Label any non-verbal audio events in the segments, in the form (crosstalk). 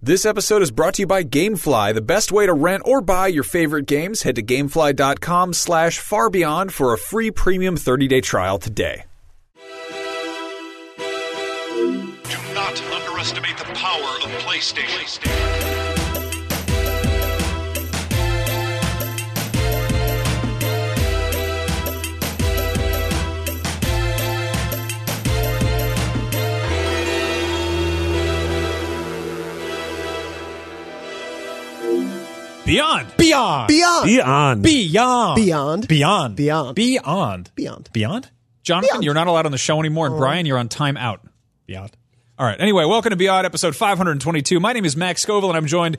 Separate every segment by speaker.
Speaker 1: This episode is brought to you by GameFly. The best way to rent or buy your favorite games, head to gamefly.com slash farbeyond for a free premium 30-day trial today.
Speaker 2: Do not underestimate the power of PlayStation.
Speaker 3: Beyond.
Speaker 4: Beyond.
Speaker 5: Beyond.
Speaker 3: Beyond.
Speaker 5: Beyond.
Speaker 4: Beyond.
Speaker 3: Beyond.
Speaker 4: Beyond.
Speaker 3: Beyond.
Speaker 4: Beyond.
Speaker 3: Beyond. Jonathan,
Speaker 4: Beyond.
Speaker 3: you're not allowed on the show anymore. And Brian, you're on time out. Beyond. All right. Anyway, welcome to Beyond episode 522. My name is Max Scoville, and I'm joined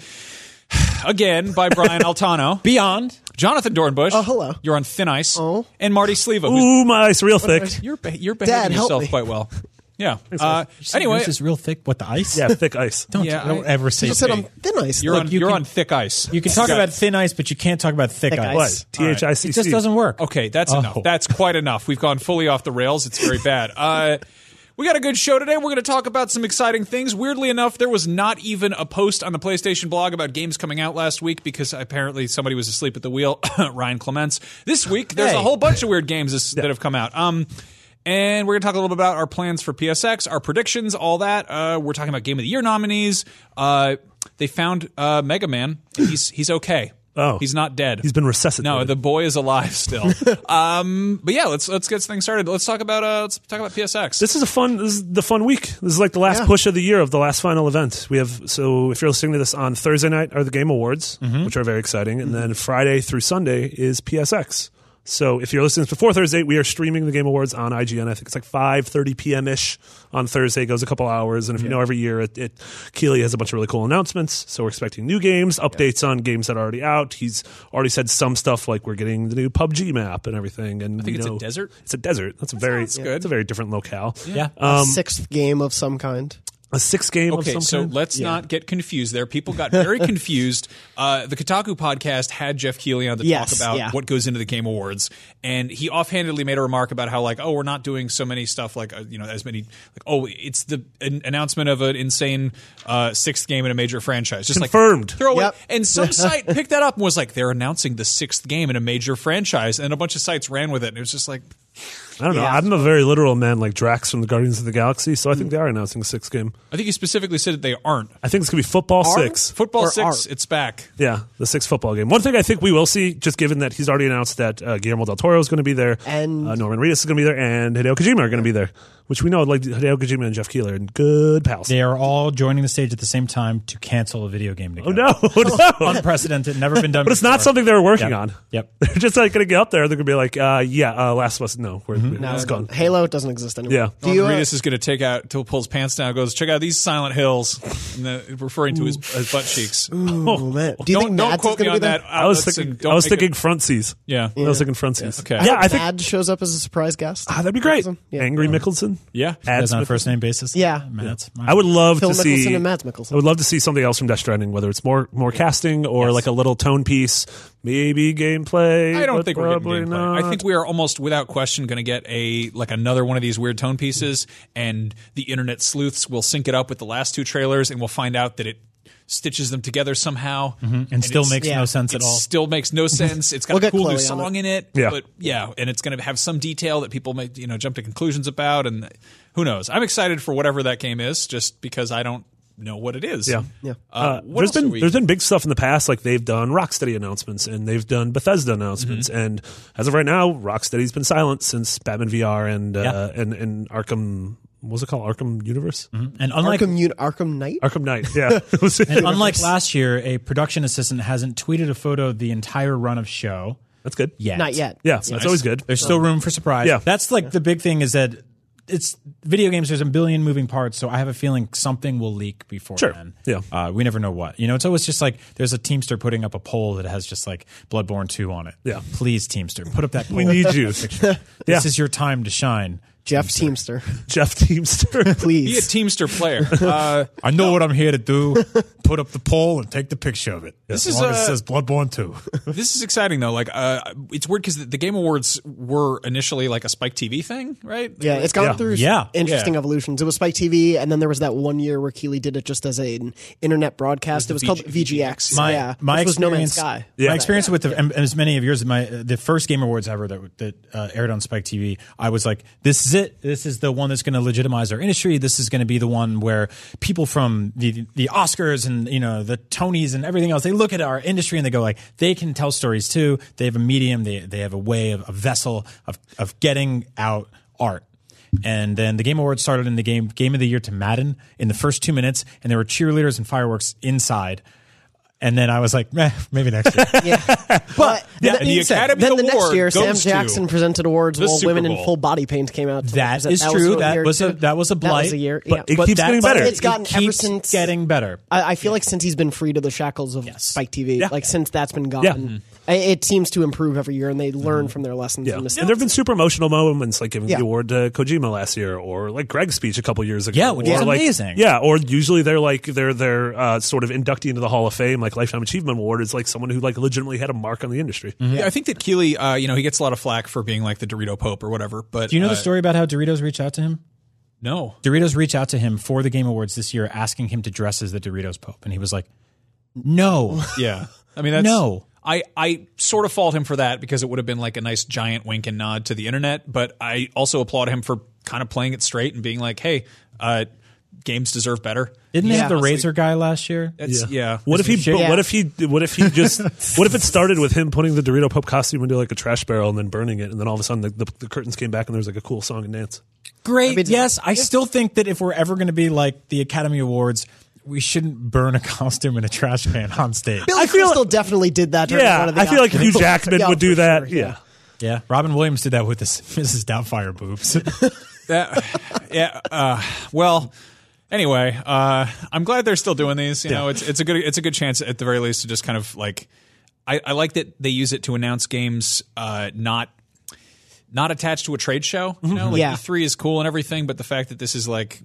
Speaker 3: (sighs) again by Brian Altano.
Speaker 5: Beyond.
Speaker 3: Jonathan Dornbush. Oh,
Speaker 4: hello.
Speaker 3: You're on thin ice.
Speaker 4: Oh.
Speaker 3: And Marty Sleva. who's-
Speaker 5: Ooh, my ice real
Speaker 3: (laughs)
Speaker 5: thick.
Speaker 6: (laughs)
Speaker 3: You're, be- you're behaving
Speaker 4: Dad, help
Speaker 3: yourself
Speaker 4: me.
Speaker 3: quite well. Yeah. Uh, anyway,
Speaker 6: this is real thick. What the ice?
Speaker 5: Yeah, thick ice.
Speaker 6: Don't,
Speaker 3: Yeah,
Speaker 6: don't
Speaker 3: I-
Speaker 6: ever say
Speaker 4: You said
Speaker 6: thick.
Speaker 4: I'm thin ice.
Speaker 3: you're,
Speaker 4: Look,
Speaker 3: on,
Speaker 6: you
Speaker 3: you're
Speaker 6: can-
Speaker 3: on thick ice. (laughs)
Speaker 6: You can talk
Speaker 3: Yeah.
Speaker 6: about thin ice, but you can't talk about thick,
Speaker 4: Thick
Speaker 6: ice.
Speaker 4: ice.
Speaker 5: T H I C
Speaker 6: It
Speaker 5: C.
Speaker 6: just doesn't work.
Speaker 3: Okay, that's
Speaker 6: Oh.
Speaker 3: enough. That's quite enough. We've gone fully off the rails. It's very
Speaker 5: (laughs)
Speaker 3: bad. Uh, we got a good show today. We're going to talk about some exciting things. Weirdly enough, there was not even a post on the PlayStation blog about games coming out last week because apparently somebody was asleep at the wheel. (coughs) Ryan Clements. This week, there's a
Speaker 6: Hey.
Speaker 3: whole bunch of weird games this, that have come out. Um, and we're going to talk a little bit about our plans for PSX, our predictions, all that. Uh, we're talking about Game of the Year nominees. Uh, they found uh, Mega Man. And he's he's okay.
Speaker 5: Oh.
Speaker 3: he's not dead.
Speaker 5: He's been resuscitated.
Speaker 3: No, the boy is alive still. um, but yeah, let's let's get things started. Let's talk about uh, let's talk about PSX.
Speaker 5: This is a fun. This is the fun week. This is like the last push of the year of the last final event. We have so if you're listening to this on Thursday night are the Game Awards,
Speaker 3: Mm-hmm.
Speaker 5: which are very exciting, and then Friday through Sunday is PSX. So if you're listening to this before Thursday, we are streaming the Game Awards on IGN. I think it's like 5:30 p.m. ish on Thursday. It goes a couple hours, and if you know every year, it, it Keeley has a bunch of really cool announcements. So we're expecting new games, updates on games that are already out. He's already said some stuff like we're getting the new PUBG map and everything. And I
Speaker 3: think it's a desert?
Speaker 5: It's a desert. That's a very
Speaker 3: sounds good.
Speaker 5: It's a very different locale
Speaker 6: Yeah.
Speaker 4: sixth game of some kind.
Speaker 5: a six game of
Speaker 3: Okay,
Speaker 5: some
Speaker 3: so
Speaker 5: kind?
Speaker 3: let's not get confused there. People got
Speaker 4: (laughs)
Speaker 3: very confused. Uh, the Kotaku podcast had Jeff Keighley on to
Speaker 4: Yes,
Speaker 3: talk about
Speaker 4: yeah.
Speaker 3: what goes into the Game Awards, and he offhandedly made a remark about how like, oh, we're not doing so many stuff like uh, you know as many like oh, it's the an- announcement of an insane uh, sixth game in a major franchise. Just
Speaker 5: Confirmed.
Speaker 3: like throw
Speaker 4: Yep.
Speaker 3: it, and
Speaker 4: (laughs)
Speaker 3: some site picked that up and was like, they're announcing the sixth game in a major franchise, and a bunch of sites ran with it, and it was just like.
Speaker 5: I don't know.
Speaker 4: Yeah.
Speaker 5: I'm a very literal man, like Drax from the Guardians of the Galaxy. So I think they are announcing a six game.
Speaker 3: I think you specifically said that they aren't.
Speaker 5: I think it's gonna be football six.
Speaker 3: Football
Speaker 4: Or
Speaker 3: six,
Speaker 4: aren't.
Speaker 3: it's back.
Speaker 5: Yeah, the six football game. One thing I think we will see, just given that he's already announced that uh, Guillermo del Toro is going to be there,
Speaker 4: And-
Speaker 5: uh, Norman Reedus is going to be there, and Hideo Kojima are going to be there, which we know like Hideo Kojima and Jeff Keeler and good pals.
Speaker 6: They are all joining the stage at the same time to cancel a video game together.
Speaker 5: Oh, No, (laughs) no.
Speaker 6: Unprecedented. Never been done.
Speaker 5: but it's not something they were working
Speaker 6: Yep.
Speaker 5: on.
Speaker 6: Yep.
Speaker 5: (laughs) they're just like going to get up there. They're going to be like, uh, yeah, uh, Last of Us. No, we're,
Speaker 4: No,
Speaker 5: it's gone.
Speaker 4: Halo doesn't exist anymore.
Speaker 5: Yeah.
Speaker 4: Do you, uh,
Speaker 3: Reedus is going to take out till pulls pants down. and Goes check out these Silent Hills, and the, referring to his, his butt cheeks.
Speaker 4: oh, man. Do you
Speaker 3: don't
Speaker 4: think
Speaker 3: don't
Speaker 4: Mads is
Speaker 3: quote me
Speaker 4: going to
Speaker 3: on
Speaker 4: be there?
Speaker 3: that.
Speaker 5: I was
Speaker 3: outlets
Speaker 5: thinking.
Speaker 3: and don't
Speaker 5: I was
Speaker 3: make it-
Speaker 5: thinking frontsies.
Speaker 3: yeah,
Speaker 5: I was thinking frontsies.
Speaker 3: Okay.
Speaker 5: Yeah, I
Speaker 4: Mad
Speaker 5: think
Speaker 4: shows up as a surprise guest.
Speaker 5: Ah, that'd be great.
Speaker 4: Yeah.
Speaker 5: Angry Mickelson.
Speaker 3: yeah.
Speaker 5: Ad
Speaker 6: That's on a
Speaker 5: Smith.
Speaker 6: first name basis.
Speaker 4: Yeah.
Speaker 6: Man, that's-
Speaker 5: I would love
Speaker 4: Phil
Speaker 5: to
Speaker 4: Mickelson
Speaker 5: see.
Speaker 4: and Mads
Speaker 5: I
Speaker 4: Mickelson.
Speaker 5: would love to see something else from Death Stranding, whether it's more more casting or like a little tone piece, maybe gameplay.
Speaker 3: I don't
Speaker 5: but
Speaker 3: think we're getting
Speaker 5: probably
Speaker 3: gameplay.
Speaker 5: Not.
Speaker 3: I think we are almost without question going to get a like another one of these weird tone pieces, and the internet sleuths will sync it up with the last two trailers, and we'll find out that it stitches them together somehow,
Speaker 5: Mm-hmm.
Speaker 6: And, still makes
Speaker 4: yeah.
Speaker 6: no sense
Speaker 3: It
Speaker 6: at all.
Speaker 3: still makes
Speaker 5: (laughs)
Speaker 3: no sense. It's got
Speaker 4: We'll
Speaker 3: a
Speaker 4: get
Speaker 3: cool
Speaker 4: Chloe
Speaker 3: new
Speaker 4: on
Speaker 3: song
Speaker 4: it.
Speaker 3: in it,
Speaker 5: Yeah.
Speaker 3: but yeah, and it's going to have some detail that people might you know jump to conclusions about, and who knows? I'm excited for whatever that game is, just because I don't know what it is.
Speaker 5: Yeah.
Speaker 4: Yeah.
Speaker 3: Uh,
Speaker 5: Uh,
Speaker 3: what
Speaker 5: there's
Speaker 3: else are
Speaker 5: been
Speaker 3: we-
Speaker 5: there's been big stuff in the past, like they've done Rocksteady announcements and they've done Bethesda announcements,
Speaker 3: Mm-hmm.
Speaker 5: and as of right now, Rocksteady's been silent since Batman VR and uh,
Speaker 6: Yeah.
Speaker 5: and and Arkham. What was it called? Arkham Universe,
Speaker 3: Mm-hmm.
Speaker 6: and unlike
Speaker 4: Arkham, Un- Arkham Knight?
Speaker 5: Arkham Knight.
Speaker 3: (laughs)
Speaker 5: Yeah, (laughs)
Speaker 6: and unlike last year, a production assistant hasn't tweeted a photo of the entire run of show
Speaker 5: that's good.
Speaker 6: yet.
Speaker 4: Not yet.
Speaker 5: Yeah, that's always good.
Speaker 6: There's still room for surprise.
Speaker 5: Yeah.
Speaker 6: That's like the big thing is that it's video games. There's a billion moving parts, so I have a feeling something will leak before
Speaker 5: Sure.
Speaker 6: then.
Speaker 5: Yeah.
Speaker 6: uh, we never know what. You know, it's always just like there's a Teamster putting up a poll that has just like Bloodborne two on it.
Speaker 5: Yeah.
Speaker 6: (laughs) please Teamster, put up that. Poll.
Speaker 5: We need you.
Speaker 6: This is your time to shine.
Speaker 4: Jeff Teamster.
Speaker 5: (laughs) Jeff
Speaker 6: (laughs)
Speaker 5: Teamster.
Speaker 3: Be a
Speaker 4: Please.
Speaker 3: Teamster player.
Speaker 5: (laughs)
Speaker 3: Uh,
Speaker 7: I know what I'm here to do. Put up the poll and take the picture of it. This
Speaker 3: is,
Speaker 7: as long as
Speaker 3: uh,
Speaker 7: it says Bloodborne 2.
Speaker 3: this is exciting though. Like, uh, it's weird because the, the Game Awards were initially like a Spike TV thing, right?
Speaker 4: (laughs) Yeah, it's gone
Speaker 5: Yeah.
Speaker 4: through
Speaker 6: Yeah.
Speaker 4: interesting
Speaker 3: Yeah.
Speaker 4: evolutions. It was Spike TV, and then there was that one year where Keeley did it just as an internet broadcast. It was, called VGX.
Speaker 6: my
Speaker 4: (laughs) yeah,
Speaker 6: my
Speaker 4: which was No Man's
Speaker 6: experience
Speaker 4: Sky.
Speaker 6: my experience with the, and as many of yours my the first game awards ever that that uh, aired on Spike TV I was like this is it this is the one that's going to legitimize our industry this is going to be the one where people from the the Oscars and you know the Tonys and everything else they look at our industry and they go like they can tell stories too they have a medium they they have a way of a vessel of of getting out art and then the Game Awards started in the game Game of the Year to Madden in the first two minutes, and there were cheerleaders and fireworks inside. And then I was like, meh, maybe next year.
Speaker 4: But
Speaker 6: Yeah,
Speaker 4: th-
Speaker 6: and the
Speaker 4: being said,
Speaker 3: Academy
Speaker 4: then the
Speaker 3: Award
Speaker 4: next year, Sam
Speaker 3: goes to
Speaker 4: Jackson presented awards
Speaker 3: the
Speaker 4: while
Speaker 3: Super
Speaker 4: women in
Speaker 3: Bowl.
Speaker 4: full body paint came out. To
Speaker 6: That
Speaker 4: represent.
Speaker 6: is
Speaker 4: That
Speaker 6: true.
Speaker 4: was
Speaker 6: That
Speaker 4: year
Speaker 6: was a
Speaker 4: too.
Speaker 6: that was a
Speaker 4: That
Speaker 6: blight.
Speaker 4: was a year.
Speaker 5: But
Speaker 4: yeah.
Speaker 5: it keeps
Speaker 6: that-
Speaker 5: getting better.
Speaker 4: It's gotten
Speaker 6: it
Speaker 4: ever
Speaker 6: keeps
Speaker 4: since-
Speaker 6: getting better.
Speaker 4: I, I feel like since he's been freed of the shackles of Spike TV, like since that's been gone,
Speaker 5: Yeah. Mhm.
Speaker 4: I- it seems to improve every year, and they learn from their lessons
Speaker 5: Yeah.
Speaker 4: and
Speaker 5: And
Speaker 4: mistakes.
Speaker 5: there have been super emotional moments, like giving
Speaker 4: Yeah.
Speaker 5: the award to Kojima last year, or like Greg's speech a couple years ago.
Speaker 6: Yeah, which
Speaker 5: or,
Speaker 6: was
Speaker 5: like-
Speaker 6: amazing.
Speaker 5: Yeah, or usually they're like they're they're uh, sort of inductee into the Hall of Fame, like Lifetime Achievement Award is like someone who like legitimately had a mark on the industry.
Speaker 6: Mm-hmm.
Speaker 3: Yeah, I think that Keeley, uh, you know, he gets a lot of flack for being like the Dorito Pope or whatever. But
Speaker 6: Do you know
Speaker 3: uh,
Speaker 6: the story about how Doritos reached out to him?
Speaker 3: No,
Speaker 6: Doritos reached out to him for the Game Awards this year, asking him to dress as the Doritos Pope, and he was like, (laughs) "No,
Speaker 3: Yeah. I mean, that's.
Speaker 6: No.
Speaker 3: I, I sort of fault him for that because it would have been like a nice giant wink and nod to the internet. But I also applaud him for kind of playing it straight and being like, hey, uh, games deserve better.
Speaker 6: didn't they have the
Speaker 3: honestly.
Speaker 6: razor guy last year?"
Speaker 3: That's, yeah.
Speaker 5: What if he?
Speaker 6: shit.
Speaker 5: but
Speaker 4: Yeah.
Speaker 5: What if he? What if he
Speaker 6: (laughs)
Speaker 5: just? what if it started with him putting the Dorito Pope costume into like a trash barrel and then burning it, and then all of a sudden the, the, the curtains came back and there was like a cool song and dance.
Speaker 6: Great.
Speaker 4: mean,
Speaker 6: yes, I still think that if we're ever going to be like the Academy Awards, we shouldn't burn a (laughs) costume in a trash can on stage.
Speaker 4: Billy Crystal definitely did that. during one
Speaker 5: Yeah,
Speaker 4: of the
Speaker 5: I feel like
Speaker 4: Oscars.
Speaker 5: Hugh
Speaker 4: (laughs)
Speaker 5: Jackman
Speaker 4: Yeah,
Speaker 5: would do
Speaker 4: for
Speaker 5: that.
Speaker 4: sure,
Speaker 5: yeah.
Speaker 6: Yeah, Robin Williams did that with his (laughs) Mrs. Doubtfire boobs.
Speaker 3: That, yeah. Uh, well. Anyway, uh, I'm glad they're still doing these. You know, it's it's a good it's a good chance at the very least to just kind of like, I, I like that they use it to announce games, uh, not not attached to a trade show. You know, like
Speaker 4: Yeah.
Speaker 3: E3 is cool and everything, but the fact that this is like,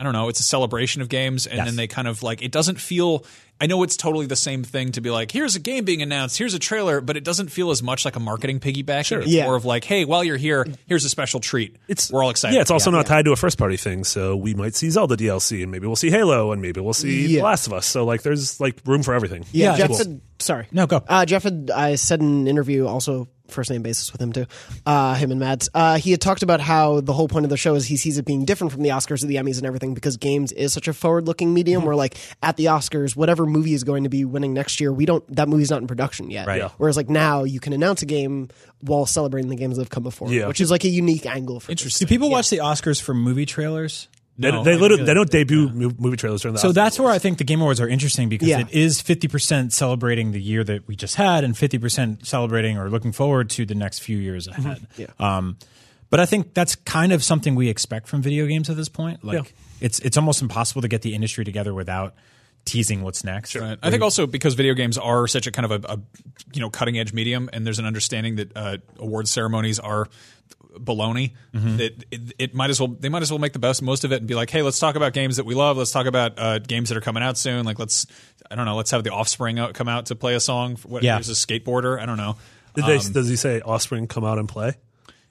Speaker 3: I don't know, it's a celebration of games, and then they kind of like it doesn't feel. I know it's totally the same thing to be like, here's a game being announced, here's a trailer, but it doesn't feel as much like a marketing piggyback. It's
Speaker 4: Yeah.
Speaker 3: more of like, hey, while you're here, here's a special treat.
Speaker 5: It's-
Speaker 3: we're all excited.
Speaker 5: Yeah, it's also not tied to a first party thing, so we might see Zelda DLC, and maybe we'll see Halo, and maybe we'll see The
Speaker 4: Yeah.
Speaker 5: Last of Us. So like, there's like room for everything.
Speaker 4: Yeah,
Speaker 6: Yeah,
Speaker 4: Jeff
Speaker 6: cool.
Speaker 4: said. Sorry,
Speaker 6: No, go.
Speaker 4: Uh, Jeff had. I said in an interview also first name basis with him too. Uh, him and Matt. Uh, he had talked about how the whole point of the show is he sees it being different from the Oscars or the Emmys and everything because games is such a forward-looking medium. Where like at the Oscars, whatever movie is going to be winning next year, we don't that movie's not in production yet.
Speaker 5: Yeah.
Speaker 4: Whereas like now you can announce a game while celebrating the games that have come before,
Speaker 5: Yeah.
Speaker 4: which is like a unique angle for interesting.
Speaker 6: Do people watch the Oscars for movie trailers?
Speaker 5: They, they literally they don't debut mo- movie trailers during the
Speaker 6: So
Speaker 5: Oscars.
Speaker 6: that's where I think the Game Awards are interesting because
Speaker 4: Yeah.
Speaker 6: it is 50% celebrating the year that we just had and 50% celebrating or looking forward to the next few years ahead. Um, but I think that's kind of something we expect from video games at this point. Like it's it's almost impossible to get the industry together without teasing what's next.
Speaker 3: Right. I think also because video games are such a kind of a, a you know cutting edge medium, and there's an understanding that uh, award ceremonies are baloney.
Speaker 5: Mm-hmm.
Speaker 3: That it, it might as well they might as well make the best most of it and be like, hey, let's talk about games that we love. Let's talk about uh, games that are coming out soon. Like let's I don't know, let's have the Offspring out, come out to play a song. For what,
Speaker 6: Yeah.
Speaker 3: here's a skateboarder. I don't know.
Speaker 5: Did
Speaker 3: Um,
Speaker 5: they, does he say offspring come out and play?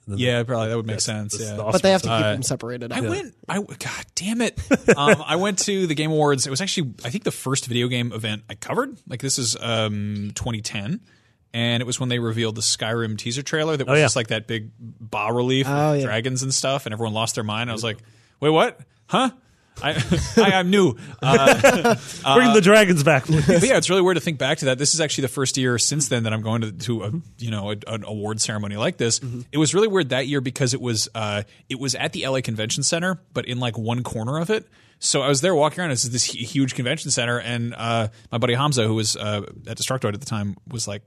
Speaker 3: Yeah, probably that would make sense.
Speaker 5: This is
Speaker 3: Yeah.
Speaker 5: the
Speaker 4: But they have to
Speaker 5: Offspring
Speaker 4: keep them separated.
Speaker 3: I went. I God damn it! (laughs) Um, I went to the Game Awards. It was actually I think the first video game event I covered. Like this is um, 2010, and it was when they revealed the Skyrim teaser trailer that was
Speaker 5: yeah.
Speaker 3: just like that big bas relief
Speaker 4: Oh,
Speaker 3: with
Speaker 4: yeah.
Speaker 3: dragons and stuff, and everyone lost their mind. I was like, wait, what? Huh? I, (laughs) I I'm new. Uh,
Speaker 5: stuff. Bring the dragons back. please. (laughs)
Speaker 3: but yeah, it's really weird to think back to that. This is actually the first year since then that I'm going to, to a you know a, an award ceremony like this.
Speaker 5: Mm-hmm.
Speaker 3: It was really weird that year because it was uh, it was at the LA Convention Center, but in like one corner of it. So I was there walking around. It's this hu- huge convention center, and uh, my buddy Hamza, who was uh, at Destructoid at the time, was like.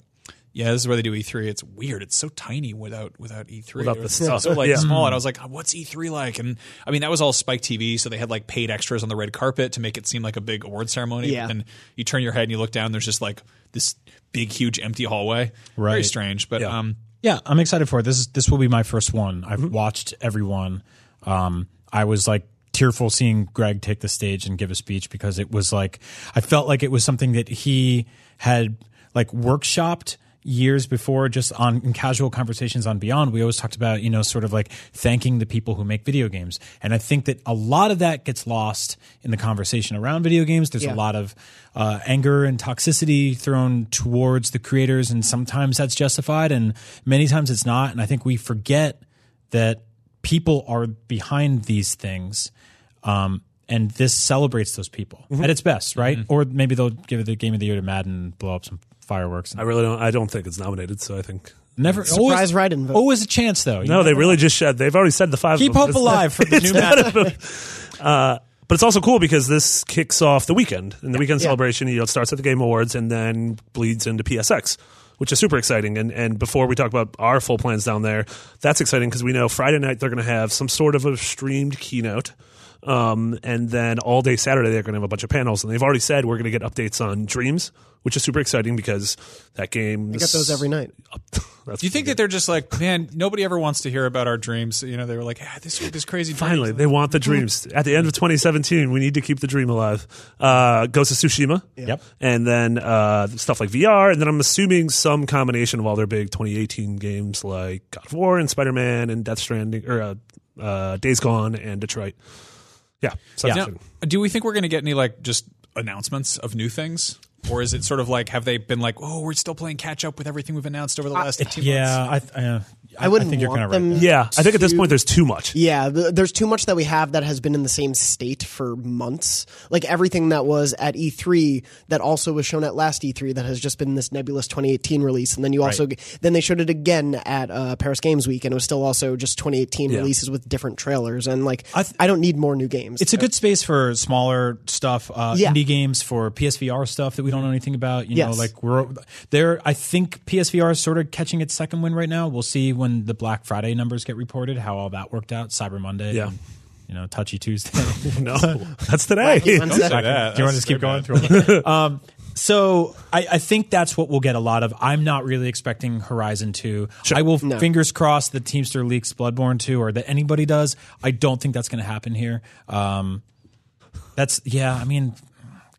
Speaker 3: Yeah, this is where they do E3. It's weird. It's so tiny without without E3.
Speaker 5: Without the
Speaker 3: It's
Speaker 5: stuff.
Speaker 3: so like
Speaker 5: Yeah. Mm-hmm.
Speaker 3: small. And I was like, "Oh, what's E3 like? And I mean, that was all Spike TV, so they had like paid extras on the red carpet to make it seem like a big award ceremony.
Speaker 4: Yeah.
Speaker 3: And you turn your head and you look down, there's just like this big, huge empty hallway. Very
Speaker 6: Right.
Speaker 3: strange. But
Speaker 5: Yeah.
Speaker 3: um,
Speaker 6: Yeah, I'm excited for it. This is this will be my first one. I've watched everyone. Um, I was like tearful seeing Greg take the stage and give a speech because it was like I felt like it was something that he had like workshopped years before just on in casual conversations on beyond we always talked about you know sort of like thanking the people who make video games and i think that a lot of that gets lost in the conversation around video games there's
Speaker 4: Yeah.
Speaker 6: a lot of uh, anger and toxicity thrown towards the creators and sometimes that's justified and many times it's not and i think we forget that people are behind these things um, and this celebrates those people
Speaker 4: Mm-hmm.
Speaker 6: at its best right or maybe they'll give it the game of the year to madden and blow up some fireworks
Speaker 5: I really don't. I don't think it's nominated. So I think
Speaker 6: Never
Speaker 4: Surprise
Speaker 6: always,
Speaker 4: write-in vote.
Speaker 6: Always a chance though. You
Speaker 5: no. They really just shed. They've already said the five.
Speaker 6: keep
Speaker 5: of them. (laughs)
Speaker 6: hope
Speaker 5: It's- uh,
Speaker 6: alive for the new map.
Speaker 5: But it's also cool because this kicks off the weekend, and the weekend
Speaker 4: Yeah.
Speaker 5: celebration you know it starts at the Game Awards and then bleeds into PSX, which is super exciting. And and before we talk about our full plans down there, that's exciting because we know Friday night they're going to have some sort of a streamed keynote. Um, and then all day Saturday they're going to have a bunch of panels, and they've already said we're going to get updates on Dreams, which is super exciting because that game.
Speaker 4: I get those
Speaker 5: (laughs)
Speaker 4: every night.
Speaker 5: That's
Speaker 3: Do you think that they're just like, man, nobody ever wants to hear about our dreams? You know, they were like, ah, this this crazy. dreams."
Speaker 5: Finally, they want the dreams. At the end of 2017, we need to keep the dream alive. Uh, Ghost of Tsushima.
Speaker 6: Yep.
Speaker 5: And then uh, stuff like VR. And then I'm assuming some combination of all their big 2018 games like God of War and Spider Man and Death Stranding or uh, uh, Days Gone and Detroit. Yeah. So
Speaker 3: Now, do we think we're going to get any like just announcements of new things, or is it sort of like have they been like, oh, we're still playing catch up with everything we've announced over the last two months?
Speaker 6: yeah, I, th- uh, I,
Speaker 4: I wouldn't
Speaker 6: think you're
Speaker 4: want
Speaker 6: kind of right.
Speaker 4: them-
Speaker 6: there.
Speaker 5: Yeah. I think at this point, there's too much.
Speaker 4: Yeah, th- there's too much that we have that has been in the same state for months. Like everything that was at E3 that also was shown at last E3 that has just been this nebulous 2018 release, and then you also g- then they showed it again at uh, Paris Games Week, and it was still also just 2018 releases with different trailers. And like, I,
Speaker 6: th-
Speaker 4: don't need more new games.
Speaker 6: It's a good space for smaller stuff, uh,
Speaker 4: Yeah.
Speaker 6: indie games, for PSVR stuff that we don't know anything about. You know,
Speaker 4: Yes.
Speaker 6: like we're there. I think PSVR is sort of catching its second win right now. We'll see when the Black Friday numbers get reported how all that worked out. Cyber Monday,
Speaker 5: Yeah. (laughs)
Speaker 6: and, you know, Touchy Tuesday.
Speaker 5: No. That's today.
Speaker 4: (laughs) One
Speaker 3: Don't
Speaker 4: sec.
Speaker 3: say that.
Speaker 6: Do you
Speaker 3: That's
Speaker 6: want to just keep
Speaker 3: so
Speaker 6: going
Speaker 3: bad.
Speaker 6: through? them? (laughs) um, so I, I think that's what we'll get a lot of. I'm not really expecting Horizon Two. I will fingers crossed that Teamster leaks Bloodborne Two or that anybody does. I don't think that's going to happen here. Um, that's yeah. I mean,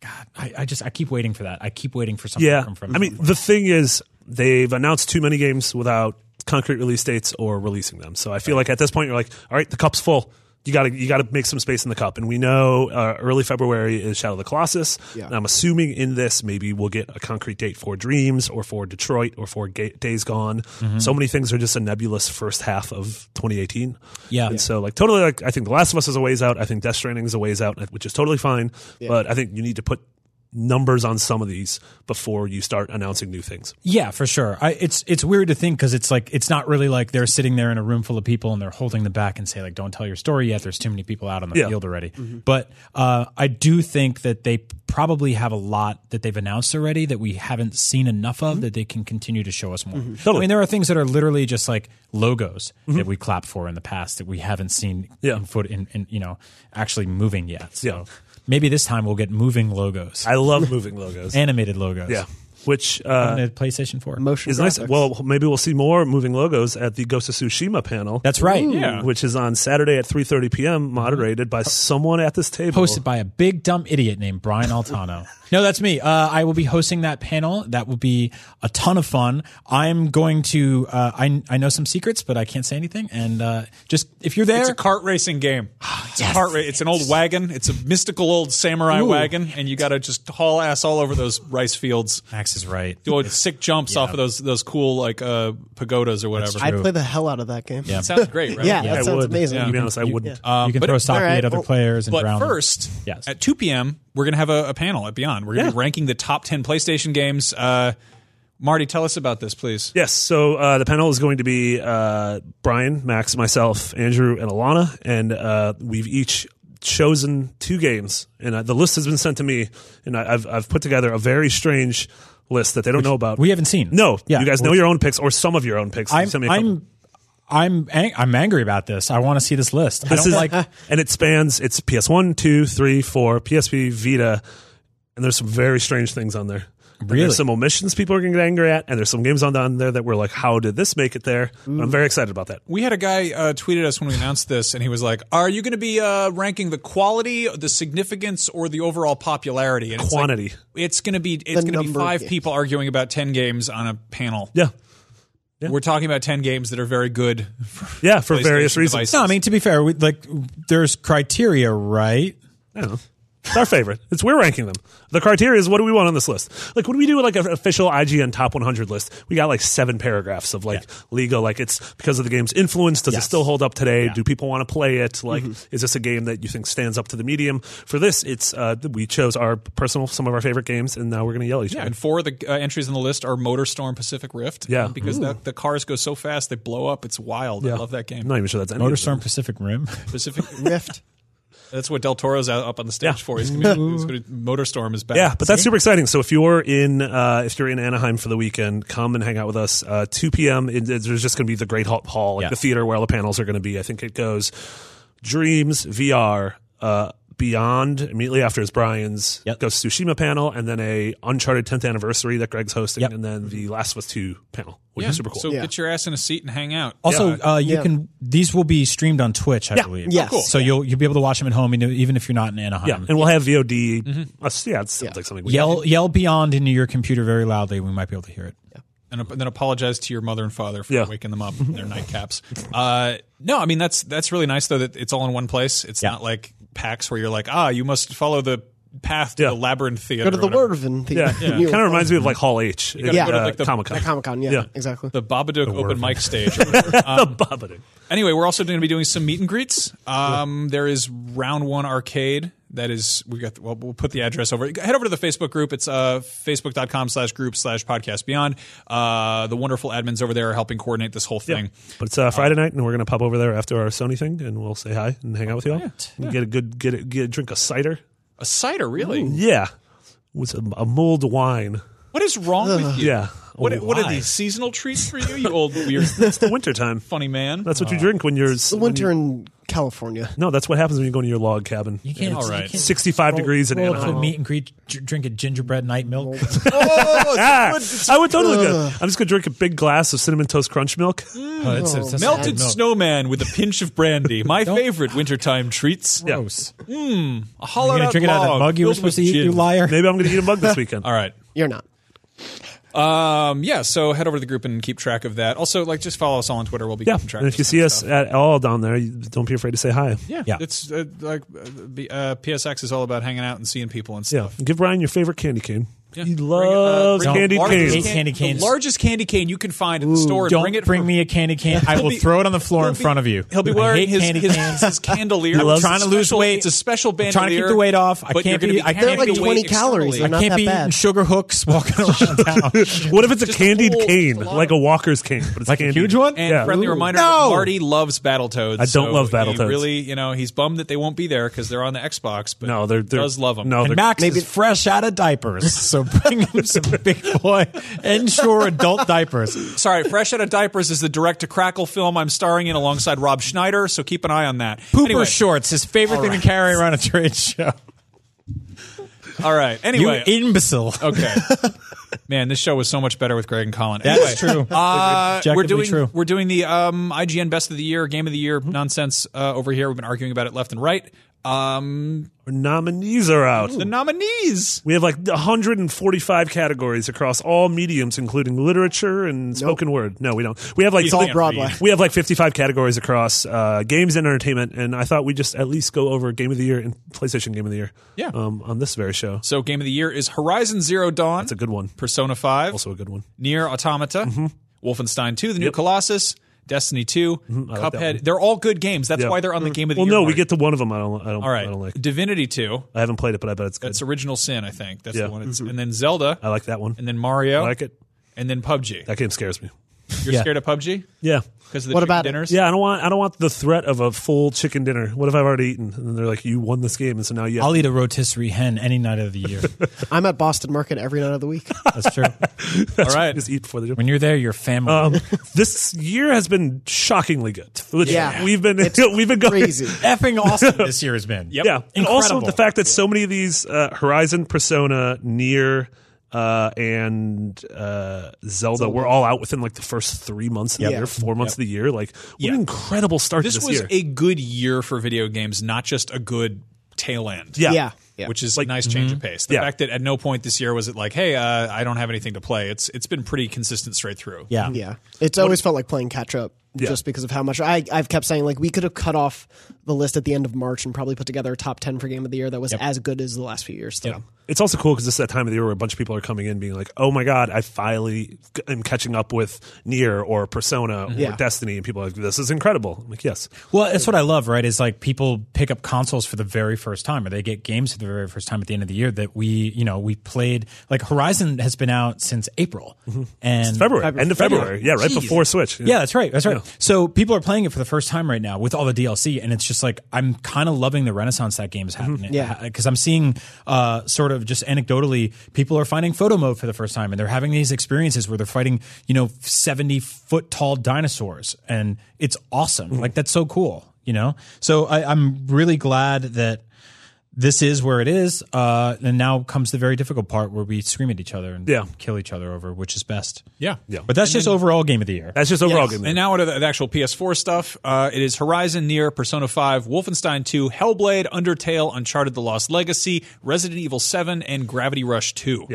Speaker 6: God, I, I just I keep waiting for that. I keep waiting for something
Speaker 5: Yeah.
Speaker 6: to come from.
Speaker 5: I mean, the thing is, they've announced too many games without concrete release dates or releasing them. So I feel like at this point, you're like, all right, the cup's full. You gotta you gotta make some space in the cup, and we know uh, early February is Shadow of the Colossus.
Speaker 4: Yeah.
Speaker 5: And I'm assuming in this maybe we'll get a concrete date for Dreams or for Detroit or for Ga- Days Gone.
Speaker 6: Mm-hmm.
Speaker 5: So many things are just a nebulous first half of 2018.
Speaker 6: Yeah.
Speaker 5: and
Speaker 6: Yeah.
Speaker 5: so like totally like I think The Last of Us is a ways out. I think Death Stranding is a ways out, which is totally fine. But I think you need to put numbers on some of these before you start announcing new things.
Speaker 6: Yeah, for sure. I, it's it's weird to think because it's like it's not really like they're sitting there in a room full of people and they're holding them back and say like, "Don't tell your story yet." There's too many people out on the
Speaker 5: Yeah. Mm-hmm.
Speaker 6: field already. But uh, I do think that they probably have a lot that they've announced already that we haven't seen enough
Speaker 5: Mm-hmm.
Speaker 6: of that they can continue to show us more. I mean, there are things that are literally just like logos that we clapped for in the past that we haven't seen
Speaker 5: Mm-hmm. Yeah.
Speaker 6: in foot in, in you know actually moving yet. So
Speaker 5: Yeah.
Speaker 6: maybe this time we'll get moving logos,
Speaker 5: I love
Speaker 4: (laughs)
Speaker 5: moving logos.
Speaker 6: animated logos.
Speaker 5: yeah, which
Speaker 6: On
Speaker 5: uh,
Speaker 6: the PlayStation 4.
Speaker 4: motion.
Speaker 5: is nice.
Speaker 4: graphics.
Speaker 5: Well, maybe we'll see more moving logos at the Ghost of Tsushima panel.
Speaker 6: That's right.
Speaker 3: Yeah.
Speaker 5: which is on Saturday at 3:30 p.m. moderated by someone at this table.
Speaker 6: Posted Uh-huh. by a big dumb idiot named Brian Altano. no, that's me. Uh, I will be hosting that panel. That will be a ton of fun. I'm going to. Uh, I I know some secrets, but I can't say anything. And uh, just if you're there,
Speaker 3: It's a cart racing game. It's a cart ra- It's an old wagon. It's a mystical old samurai wagon, and you got to just haul ass all over those rice fields.
Speaker 6: Max is right.
Speaker 3: Doing sick jumps off of those those cool like uh, pagodas or whatever.
Speaker 4: I'd play the hell out of that game. Yeah,
Speaker 3: It sounds great, right?
Speaker 4: yeah, that
Speaker 5: I
Speaker 4: sounds
Speaker 5: would.
Speaker 4: amazing.
Speaker 5: To be honest, I wouldn't.
Speaker 6: you can throw stock
Speaker 4: all right,
Speaker 6: at other
Speaker 4: well,
Speaker 6: players and
Speaker 3: But
Speaker 6: drown them.
Speaker 3: first,
Speaker 6: Yes.
Speaker 3: at 2 p.m., we're going to have a, a panel at Beyond. We're going to be ranking the top 10 PlayStation games. Uh, Marty, tell us about this, please.
Speaker 5: Yes. So uh, the panel is going to be uh, Brian, Max, myself, Andrew, and Alana, and uh, we've each chosen two games, and uh, the list has been sent to me, and I, I've I've put together a very strange list that they don't know about.
Speaker 6: we haven't seen.
Speaker 5: No,
Speaker 6: Yeah.
Speaker 5: you guys know
Speaker 6: Well,
Speaker 5: your own picks or some of your own picks. You
Speaker 6: I'm
Speaker 5: sent me a couple.
Speaker 6: I'm I'm ang- I'm angry about this. I want to see this list. I
Speaker 5: This
Speaker 6: don't
Speaker 5: is
Speaker 6: like.
Speaker 5: and it spans. It's PS1, 2, 3, 4, PSP, Vita, and there's some very strange things on there. And There's some omissions people are going to get angry at, and there's some games on down there that we're like, how did this make it there? I'm very excited about that.
Speaker 3: We had a guy uh, tweeted us when we announced this, and he was like, "Are you going to be uh, ranking the quality, the significance, or the overall popularity?" And it's like,
Speaker 5: Quantity.
Speaker 3: It's going to be it's going to be
Speaker 4: number of
Speaker 3: five
Speaker 4: games.
Speaker 3: people arguing about ten games on a panel.
Speaker 5: Yeah.
Speaker 3: We're talking about ten games that are very good.
Speaker 5: Yeah, for various
Speaker 3: PlayStation
Speaker 5: reasons.
Speaker 3: devices.
Speaker 6: No, I mean to be fair, we, like there's criteria, right?
Speaker 5: I don't know. It's our favorite. It's we're ranking them. The criteria is what do we want on this list? Like when we do like an official IGN top 100 list, we got like seven paragraphs of like Liga, like it's because of the game's influence. Does it still hold up today? Do people want to play it? Like,
Speaker 3: Mm-hmm.
Speaker 5: is this a game that you think stands up to the medium? For this, it's uh, we chose our personal some of our favorite games, and now we're gonna yell at each
Speaker 3: Yeah,
Speaker 5: other.
Speaker 3: and four of the uh, entries in the list are Motor Storm Pacific Rift. um,
Speaker 5: Yeah.
Speaker 3: because that, the cars go so fast they blow up. It's wild. I love that game.
Speaker 5: I'm not even sure that's any
Speaker 6: Motor
Speaker 5: of them.
Speaker 6: Storm Pacific Rim.
Speaker 3: Pacific.
Speaker 4: (laughs) Rift.
Speaker 3: That's what Del Toro's out, up on the stage
Speaker 5: Yeah.
Speaker 3: for. He's gonna be, he's gonna, Motor Storm is back.
Speaker 5: Yeah, but that's super exciting. So if you're in uh, if you're in Anaheim for the weekend, come and hang out with us. Uh, 2 p.m. It, it- there's just going to be the Great Hall, hall like
Speaker 6: Yeah.
Speaker 5: the theater where all the panels are going to be. I think it goes Dreams VR. Uh, Beyond immediately after is Brian's
Speaker 6: Yep.
Speaker 5: Ghost of Tsushima panel, and then a Uncharted 10th anniversary that Greg's hosting,
Speaker 6: Yep.
Speaker 5: and then the Last of Us 2 panel, which
Speaker 3: Yeah.
Speaker 5: is super cool.
Speaker 3: So
Speaker 4: Yeah.
Speaker 3: get your ass in a seat and hang out.
Speaker 6: Also, uh, you
Speaker 4: Yeah.
Speaker 6: can these will be streamed on Twitch, I believe.
Speaker 4: Yes. Oh, cool.
Speaker 6: So you'll you'll be able to watch them at home, you know, even if you're not in Anaheim.
Speaker 5: yeah, and we'll have VOD.
Speaker 6: Mm-hmm.
Speaker 5: Us- yeah, it sounds like something. We
Speaker 6: yell yell beyond into your computer very loudly. We might be able to hear it.
Speaker 3: and ap- then apologize to your mother and father for
Speaker 5: Yeah.
Speaker 3: waking them up in their nightcaps. Uh, no, I mean that's that's really nice though that it's all in one place. It's
Speaker 6: Yeah.
Speaker 3: not like PAX where you're like, ah, you must follow the path to
Speaker 5: Yeah.
Speaker 3: the labyrinth theater.
Speaker 4: Go to
Speaker 3: or
Speaker 4: the
Speaker 3: whatever.
Speaker 4: Werven thing. (laughs)
Speaker 5: Yeah, it kind of reminds me of like Hall H.
Speaker 3: gotta
Speaker 4: go to,
Speaker 5: uh,
Speaker 3: like, the-
Speaker 5: Comic Con.
Speaker 4: Comic Con. Yeah,
Speaker 5: Yeah.
Speaker 4: exactly.
Speaker 3: The Babadook open mic stage. or whatever.
Speaker 5: Bobbing.
Speaker 3: Anyway, we're also going to be doing some meet and greets. Um, There is round one arcade. That is, we got. Well, we'll put the address over. Head over to the Facebook group. It's uh, facebook.com slash group slash podcast beyond. Uh, the wonderful admins over there are helping coordinate this whole thing.
Speaker 5: But it's uh, Friday night, and we're gonna pop over there after our Sony thing, and we'll say hi and hang out with you all. And Get a good get a, get a drink of cider.
Speaker 3: A cider, really?
Speaker 5: Yeah, with a, a mulled wine.
Speaker 3: What is wrong with you?
Speaker 5: Yeah.
Speaker 3: What,
Speaker 5: Oh,
Speaker 3: what are
Speaker 5: why?
Speaker 3: these seasonal treats for you, you
Speaker 6: (laughs)
Speaker 3: old weird
Speaker 5: It's the winter time.
Speaker 3: funny man?
Speaker 5: That's what you drink when you're
Speaker 4: the winter in California.
Speaker 5: No, that's what happens when you go into your log cabin.
Speaker 6: You can't.
Speaker 3: All right.
Speaker 6: you can't
Speaker 5: 65 degrees in
Speaker 6: roll up to
Speaker 5: Anaheim.
Speaker 6: a meet and greet, dr- drink a gingerbread night milk.
Speaker 5: Ah, I would totally do. that. I'm just gonna drink a big glass of cinnamon toast crunch milk.
Speaker 6: (laughs) Oh, it's- it's- it's-
Speaker 3: Melted
Speaker 6: milk.
Speaker 3: snowman with a pinch of brandy. My favorite wintertime treats.
Speaker 5: Yeah.
Speaker 6: Gross.
Speaker 3: A
Speaker 6: You're
Speaker 3: hollowed
Speaker 6: gonna
Speaker 3: out
Speaker 6: drink it out of that
Speaker 3: log
Speaker 6: mug you were
Speaker 3: filled
Speaker 6: supposed to
Speaker 3: with
Speaker 6: eat,
Speaker 3: gin.
Speaker 6: you liar.
Speaker 5: Maybe I'm gonna eat a mug this weekend.
Speaker 3: (laughs) All right.
Speaker 4: You're not.
Speaker 3: Um, yeah, so head over to the group and keep track of that. Also, like, just follow us all on Twitter. We'll be
Speaker 5: Yeah,
Speaker 3: keeping track
Speaker 5: and
Speaker 3: of
Speaker 5: if you
Speaker 3: this
Speaker 5: see
Speaker 3: kind of
Speaker 5: us
Speaker 3: stuff.
Speaker 5: at all down there, you- don't be afraid to say hi.
Speaker 3: Yeah.
Speaker 6: Yeah.
Speaker 3: It's uh, like uh, the, uh, PSX is all about hanging out and seeing people and
Speaker 5: Yeah,
Speaker 3: stuff.
Speaker 5: give Brian your favorite candy cane.
Speaker 3: Yeah.
Speaker 5: He
Speaker 3: Bring it, uh,
Speaker 5: loves
Speaker 3: bring
Speaker 5: candy
Speaker 3: the largest
Speaker 5: canes.
Speaker 6: cane. Candy canes.
Speaker 3: The largest candy cane you can find in the store. and
Speaker 6: Don't
Speaker 3: bring it. for-
Speaker 6: me a
Speaker 3: (laughs)
Speaker 6: candy can. I will
Speaker 3: be-
Speaker 6: throw it on the floor
Speaker 3: he'll
Speaker 6: in
Speaker 3: be-
Speaker 6: front of you.
Speaker 3: He'll be
Speaker 6: I
Speaker 3: wearing
Speaker 6: hate
Speaker 3: his,
Speaker 6: candy
Speaker 3: his,
Speaker 6: cans. (laughs)
Speaker 3: his candelier.
Speaker 5: loves
Speaker 3: It's
Speaker 5: trying
Speaker 3: a
Speaker 6: to lose
Speaker 3: special-
Speaker 6: weight.
Speaker 3: It's a special
Speaker 6: I'm
Speaker 3: bandolier.
Speaker 6: trying to keep the weight off. I
Speaker 3: but you're
Speaker 6: can't
Speaker 3: gonna
Speaker 6: be- I
Speaker 3: carrying
Speaker 6: can't
Speaker 3: the
Speaker 6: be-
Speaker 3: weight
Speaker 4: 20 calories.
Speaker 3: externally.
Speaker 6: I
Speaker 4: Not
Speaker 6: can't
Speaker 4: that
Speaker 6: be
Speaker 4: bad.
Speaker 6: eating sugar hooks (laughs) walking around town.
Speaker 5: What if it's a candied
Speaker 3: whole
Speaker 5: cane,
Speaker 3: salon.
Speaker 5: like a walker's cane, but it's
Speaker 6: Like a
Speaker 5: candied?
Speaker 6: huge one?
Speaker 3: And
Speaker 5: yeah.
Speaker 3: friendly reminder,
Speaker 6: No!
Speaker 3: Marty loves Battletoads.
Speaker 5: I don't
Speaker 3: so
Speaker 5: love
Speaker 3: He
Speaker 5: Battletoads.
Speaker 3: really, you know, he's bummed that they won't be there because they're on the Xbox. But
Speaker 5: No, they're,
Speaker 3: he
Speaker 5: they're
Speaker 3: does love them.
Speaker 5: No,
Speaker 6: And
Speaker 5: they're,
Speaker 6: Max is fresh out of diapers, so bring him some (laughs) big boy inshore adult diapers.
Speaker 3: Sorry, Fresh Out of Diapers is the direct to Crackle film I'm starring in alongside Rob Schneider, so keep an eye on that.
Speaker 6: Pooper
Speaker 3: anyway,
Speaker 6: shorts, his favorite thing to carry around a trade show.
Speaker 3: All right. Anyway.
Speaker 6: you imbecile.
Speaker 3: okay.
Speaker 6: (laughs)
Speaker 3: Man, this show was so much better with Greg and Colin. Anyway,
Speaker 6: That's true.
Speaker 3: Uh, we're
Speaker 6: Objectively
Speaker 3: doing
Speaker 6: true. Mm-hmm.
Speaker 3: we're doing the um, IGN Best of the Year, Game of the Year nonsense uh, over here. We've been arguing about it left and right. Um,
Speaker 5: Our nominees are out.
Speaker 3: the nominees.
Speaker 5: We have like 145 categories across all mediums, including literature and spoken word. No, we don't. We have like
Speaker 3: It's all
Speaker 5: we-
Speaker 4: Broadway.
Speaker 5: We have like 55 categories across uh, games and entertainment, and I thought we just at least go over Game of the Year and PlayStation Game of the Year.
Speaker 3: Yeah.
Speaker 5: Um, on this very show,
Speaker 3: So, Game of the Year is Horizon Zero Dawn.
Speaker 5: it's a good one.
Speaker 3: Persona 5,
Speaker 5: Also Mm-hmm. a good one.
Speaker 3: Near Automata, Wolfenstein 2, The New Colossus, Destiny 2,
Speaker 5: Mm-hmm. like that
Speaker 3: Cuphead.
Speaker 5: one.
Speaker 3: They're all good games. That's
Speaker 5: Yeah. Mm-hmm.
Speaker 3: why they're on the Game of the
Speaker 5: Well,
Speaker 3: Year.
Speaker 5: no, we
Speaker 3: mark.
Speaker 5: get to one of them. I don't. I don't.
Speaker 3: All right.
Speaker 5: I don't like.
Speaker 3: Divinity 2,
Speaker 5: I haven't played it, but I bet it's good.
Speaker 3: that's Original Sin, I think. That's
Speaker 5: Yeah. Mm-hmm.
Speaker 3: the one. It's, And then Zelda,
Speaker 5: I like that one.
Speaker 3: and then Mario,
Speaker 5: I like it.
Speaker 3: and then PUBG.
Speaker 5: That game scares me.
Speaker 3: You're scared of PUBG?
Speaker 5: Yeah.
Speaker 3: Because of the
Speaker 4: What
Speaker 3: chicken
Speaker 4: about it?
Speaker 3: dinners?
Speaker 5: Yeah, I don't want I don't want the threat of a full chicken dinner. What if I've already eaten and then they're like, "You won this game," and so now you.
Speaker 6: I'll eat a rotisserie hen any night of the year.
Speaker 4: I'm at Boston Market every night of the week.
Speaker 3: (laughs)
Speaker 6: That's true.
Speaker 3: All right.
Speaker 5: just eat before the gym.
Speaker 6: When you're there, you're family.
Speaker 5: (laughs) Um, (laughs) this year has been shockingly good. Which
Speaker 4: Yeah.
Speaker 5: we've been
Speaker 4: It's
Speaker 5: (laughs) we've been going
Speaker 4: Crazy.
Speaker 6: Effing
Speaker 3: (laughs)
Speaker 6: awesome this year has been.
Speaker 3: Yep.
Speaker 5: Yeah, and also
Speaker 6: Incredible.
Speaker 5: the fact that so many of these uh, Horizon, Persona, Near, uh, and uh, Zelda, were all out within like the first three months of the
Speaker 4: Yeah.
Speaker 5: year, four months of the year. Like, what an incredible start
Speaker 3: This
Speaker 5: to this
Speaker 3: was
Speaker 5: year.
Speaker 3: a good year for video games, not just a good tail end.
Speaker 5: yeah. mm-hmm.
Speaker 4: Yeah. Yeah.
Speaker 3: Which is a nice change of pace. The
Speaker 5: Yeah.
Speaker 3: fact that at no point this year was it like, hey, uh, I don't have anything to play. It's it's been pretty consistent straight through.
Speaker 6: Yeah.
Speaker 4: Yeah, it's always felt like playing catch up just because of how much I, I've kept saying like we could have cut off the list at the end of March and probably put together a top ten for game of the year that was as good as the last few years. Still,
Speaker 5: It's also cool because this is that time of the year where a bunch of people are coming in being like, oh my God, I finally g- am catching up with Nier or Persona or
Speaker 4: Yeah.
Speaker 5: Destiny. And people are like, this is incredible. I'm like, yes.
Speaker 6: Well, that's what I love, right? Is like people pick up consoles for the very first time, or they get games for the very first time at the end of the year that we, you know, we played. Like Horizon has been out since April and
Speaker 5: February, end of February. Yeah, right
Speaker 6: Jeez.
Speaker 5: before Switch.
Speaker 6: Yeah, that's right. That's right. So people are playing it for the first time right now with all the DLC, and it's just like I'm kind of loving the renaissance that game is happening.
Speaker 4: Yeah.
Speaker 6: because I'm seeing uh, sort of just anecdotally, people are finding photo mode for the first time, and they're having these experiences where they're fighting, you know, seventy foot tall dinosaurs, and it's awesome. Like that's so cool. You know, so I, I'm really glad that this is where it is, uh, and now comes the very difficult part where we scream at each other and
Speaker 5: Yeah.
Speaker 6: kill each other over which is best.
Speaker 3: Yeah.
Speaker 5: Yeah.
Speaker 6: But that's just overall game of the year.
Speaker 5: That's just overall game.
Speaker 3: And now out of the the actual PS4 stuff, uh, it is Horizon, Near, Persona 5, Wolfenstein 2, Hellblade, Undertale, Uncharted: The Lost Legacy, Resident Evil 7, and Gravity Rush 2.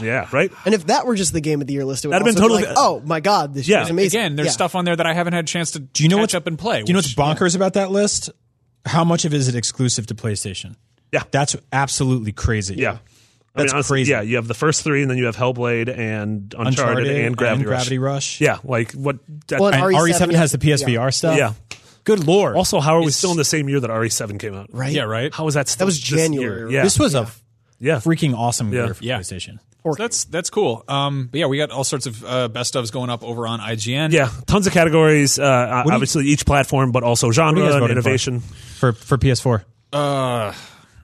Speaker 5: yeah, right?
Speaker 4: and if that were just the game of the year list, it would
Speaker 5: That'd have
Speaker 4: also
Speaker 5: been
Speaker 4: be
Speaker 5: totally-
Speaker 4: like, oh my god, this
Speaker 5: Yeah.
Speaker 4: year is amazing.
Speaker 3: Again, there's
Speaker 4: Yeah.
Speaker 3: stuff on there that I haven't had a chance to do
Speaker 6: you know
Speaker 3: catch
Speaker 6: what's-
Speaker 3: up and play.
Speaker 6: Do you know
Speaker 3: which-
Speaker 6: what's bonkers about that list? How much of it is it exclusive to PlayStation?
Speaker 5: Yeah.
Speaker 6: That's absolutely crazy.
Speaker 5: Yeah. I
Speaker 6: That's crazy.
Speaker 5: Yeah, you have the first three, and then you have Hellblade and Uncharted,
Speaker 6: Uncharted
Speaker 5: and Gravity
Speaker 6: and Gravity Rush.
Speaker 5: Yeah, like what? That,
Speaker 4: Well,
Speaker 6: And
Speaker 4: RE7
Speaker 6: RE7, has the
Speaker 4: yeah.
Speaker 6: PSVR stuff.
Speaker 5: yeah.
Speaker 6: Good lord.
Speaker 5: Also, how are we still in the same year that RE7 came out?
Speaker 4: right?
Speaker 3: Yeah, right.
Speaker 5: How is that still
Speaker 4: was
Speaker 5: this
Speaker 4: January,
Speaker 5: year?
Speaker 4: right?
Speaker 5: Yeah.
Speaker 6: this was a
Speaker 5: yeah.
Speaker 6: freaking awesome
Speaker 5: Yeah.
Speaker 6: year for
Speaker 3: Yeah.
Speaker 6: PlayStation.
Speaker 3: So that's that's cool. Um, but yeah, we got all sorts of uh, best ofs going up over on IGN.
Speaker 5: Yeah, tons of categories. Uh, obviously, each platform, but also
Speaker 6: What
Speaker 5: genre
Speaker 6: are you guys
Speaker 5: and
Speaker 6: voting for?
Speaker 5: innovation.
Speaker 6: for for PS4.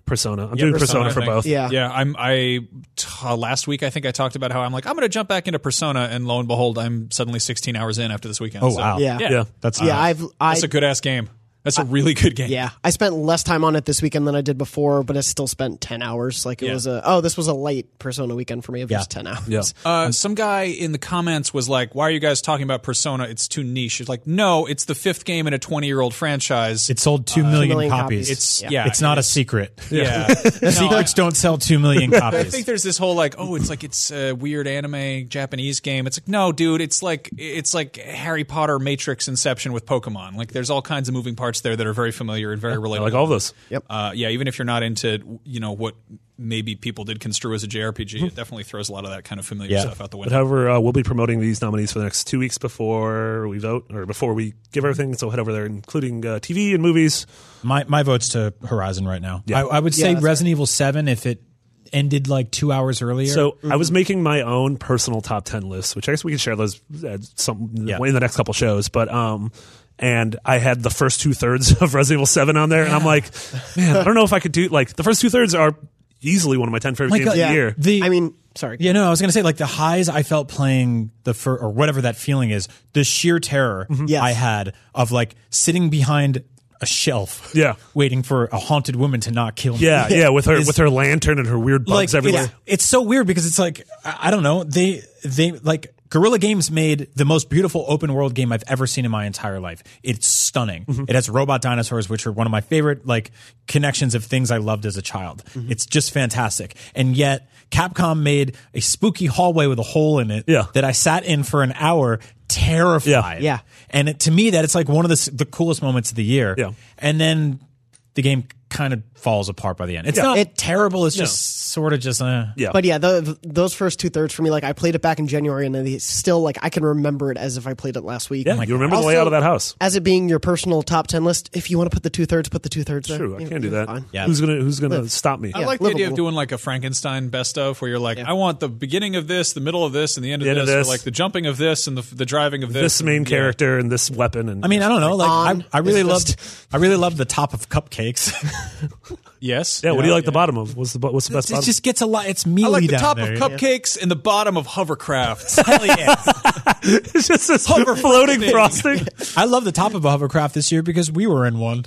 Speaker 5: Persona. I'm doing Persona,
Speaker 3: Persona, I
Speaker 5: for
Speaker 3: think.
Speaker 5: both.
Speaker 4: Yeah.
Speaker 3: yeah. I'm I t- uh, last week I think I talked about how I'm like I'm going to jump back into Persona, and lo and behold, I'm suddenly 16 hours in after this weekend.
Speaker 6: Oh
Speaker 3: So,
Speaker 6: wow.
Speaker 4: Yeah.
Speaker 3: yeah,
Speaker 5: Yeah. Uh,
Speaker 6: That's
Speaker 4: Yeah, I've I
Speaker 3: that's a good ass game. That's a really good game.
Speaker 4: yeah I spent less time on it this weekend than I did before, but I still spent ten hours. Like it was a oh this was a light Persona weekend for me of just ten hours.
Speaker 5: Yeah.
Speaker 3: Uh, some guy in the comments was like, "Why are you guys talking about Persona? It's too niche." It's like, no, it's the fifth game in a twenty-year-old franchise.
Speaker 6: It sold two million
Speaker 4: million
Speaker 6: copies.
Speaker 4: copies.
Speaker 3: It's- yeah.
Speaker 6: It's not a secret.
Speaker 3: yeah. (laughs) No, I,
Speaker 6: Secrets don't sell two million
Speaker 3: I
Speaker 6: copies.
Speaker 3: think there's this whole like, oh, it's like it's a weird anime Japanese game. It's like, no, dude, it's like it's like Harry Potter, Matrix, Inception with Pokemon. Like, there's all kinds of moving parts there that are very familiar and very
Speaker 5: I
Speaker 3: relatable.
Speaker 5: like "Oh." all those.
Speaker 3: Uh, yeah, even if you're not into you know what maybe people did construe as a JRPG, it definitely throws a lot of that kind of familiar
Speaker 6: Yeah.
Speaker 3: stuff out the
Speaker 5: But
Speaker 3: window.
Speaker 5: however, uh, we'll be promoting these nominees for the next two weeks before we vote or before we give everything. So head over there, including uh, TV and movies.
Speaker 6: My my vote's to Horizon right now. I, I would say
Speaker 4: that's
Speaker 6: Resident Evil Seven if it ended like two hours earlier.
Speaker 5: So I
Speaker 6: Mm-hmm.
Speaker 5: was making my own personal top ten list, which I guess we can share those at some in the next couple shows. But um, and I had the first two thirds (laughs) of Resident Evil Seven on there, and I'm like, man, I don't know if I could do like the first two thirds are easily one of my ten favorite
Speaker 6: Like,
Speaker 5: games
Speaker 6: uh,
Speaker 5: of the year.
Speaker 6: the
Speaker 4: I mean, sorry.
Speaker 6: Yeah, no, I was gonna say like the highs I felt playing the fir- or whatever that feeling is, the sheer terror
Speaker 5: Mm-hmm.
Speaker 4: Yes.
Speaker 6: I had of like sitting behind a shelf,
Speaker 5: Yeah.
Speaker 6: waiting for a haunted woman to not kill me. (laughs)
Speaker 5: yeah, yeah, with her
Speaker 6: Is-
Speaker 5: with her lantern and her weird bugs
Speaker 6: like
Speaker 5: everywhere.
Speaker 6: It's, it's so weird because it's like I, I don't know they they like. Guerrilla Games made the most beautiful open world game I've ever seen in my entire life. It's stunning.
Speaker 5: Mm-hmm.
Speaker 6: It has robot dinosaurs, which are one of my favorite like connections of things I loved as a child.
Speaker 5: Mm-hmm.
Speaker 6: It's just fantastic. And yet, Capcom made a spooky hallway with a hole in it
Speaker 5: Yeah.
Speaker 6: that I sat in for an hour, terrified.
Speaker 4: Yeah. Yeah.
Speaker 6: And it, to me, that it's like one of the s- the coolest moments of the year.
Speaker 5: Yeah.
Speaker 6: And then the game kind of falls apart by the end. It's not
Speaker 4: It-
Speaker 6: terrible. It's just sort of just uh,
Speaker 5: Yeah.
Speaker 4: But yeah, tho- those first two thirds for me, like I played it back in January, and they still like I can remember it as if I played it last week.
Speaker 5: yeah, you remember the layout of that house.
Speaker 4: As it being your personal top ten list, if you want to put the two thirds, put the two thirds.
Speaker 5: True, I can't do that.
Speaker 4: Fine.
Speaker 6: Yeah.
Speaker 5: Who's gonna Who's gonna stop me?
Speaker 3: I like the idea of
Speaker 4: livable.
Speaker 3: doing like a Frankenstein best of, where you're like, I want the beginning of this, the middle of this, and the end of,
Speaker 5: The end
Speaker 3: this,
Speaker 5: of this.
Speaker 3: or like the jumping of this and the, the driving of this.
Speaker 5: This
Speaker 3: and-
Speaker 5: main
Speaker 3: yeah.
Speaker 5: character and this weapon, and
Speaker 6: I mean, I don't know. Like,
Speaker 4: On
Speaker 6: I, I really
Speaker 4: is
Speaker 6: loved, I really loved the top of (laughs) cupcakes.
Speaker 3: Yes.
Speaker 5: yeah. What do you like the bottom of? What's the bo- What's the best
Speaker 6: it
Speaker 5: bottom?
Speaker 6: just gets a lot. It's mealy
Speaker 3: I like the
Speaker 6: down
Speaker 3: top
Speaker 6: there.
Speaker 3: of cupcakes and the bottom of hovercrafts. (laughs)
Speaker 6: Hell (laughs) yeah!
Speaker 5: (laughs) it's just this floating
Speaker 3: thing.
Speaker 6: (laughs)
Speaker 5: frosting.
Speaker 6: I love the top of a hovercraft this year because we were in one.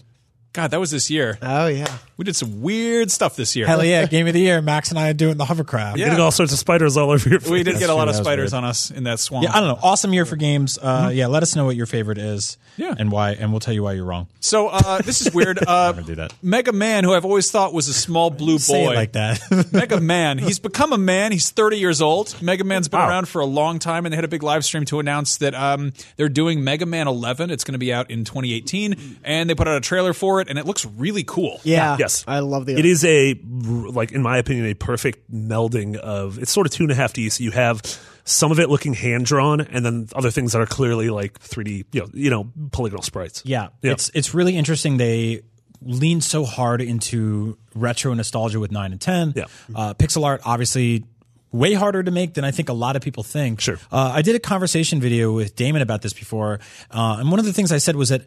Speaker 3: God, that was this year.
Speaker 4: Oh yeah.
Speaker 3: We did some weird stuff this year.
Speaker 6: Hell yeah, game of the year. Max and I are doing the hovercraft.
Speaker 3: Yeah.
Speaker 5: Getting all sorts of spiders all over your face.
Speaker 3: We did get a lot
Speaker 6: true,
Speaker 3: of
Speaker 6: that was
Speaker 3: spiders
Speaker 6: weird.
Speaker 3: on us in that swamp.
Speaker 6: Yeah, I don't know. Awesome year for games. Uh, Yeah, let us know what your favorite is.
Speaker 3: Yeah.
Speaker 6: and why, and we'll tell you why you're wrong.
Speaker 3: So uh, this is weird.
Speaker 6: (laughs)
Speaker 3: Uh,
Speaker 6: do that.
Speaker 3: Mega Man, who I've always thought was a small blue boy,
Speaker 6: Say it like that.
Speaker 3: Mega Man. He's become a man. He's 30 years old. Mega Man's been
Speaker 5: Wow.
Speaker 3: around for a long time, and they had a big live stream to announce that um, they're doing Mega Man 11. It's going to be out in 2018, and they put out a trailer for it, and it looks really cool.
Speaker 4: Yeah.
Speaker 5: Yes,
Speaker 4: I love the.
Speaker 5: It is a like, in my opinion, a perfect melding of. It's sort of two and a half D. So you have some of it looking hand drawn, and then other things that are clearly like three D. You know, you know, polygonal sprites.
Speaker 6: Yeah, it's it's really interesting. They lean so hard into retro nostalgia with nine and ten.
Speaker 5: Yeah.
Speaker 6: uh, pixel art obviously way harder to make than I think a lot of people think.
Speaker 5: Sure.
Speaker 6: uh, I did a conversation video with Damon about this before, uh, and one of the things I said was that.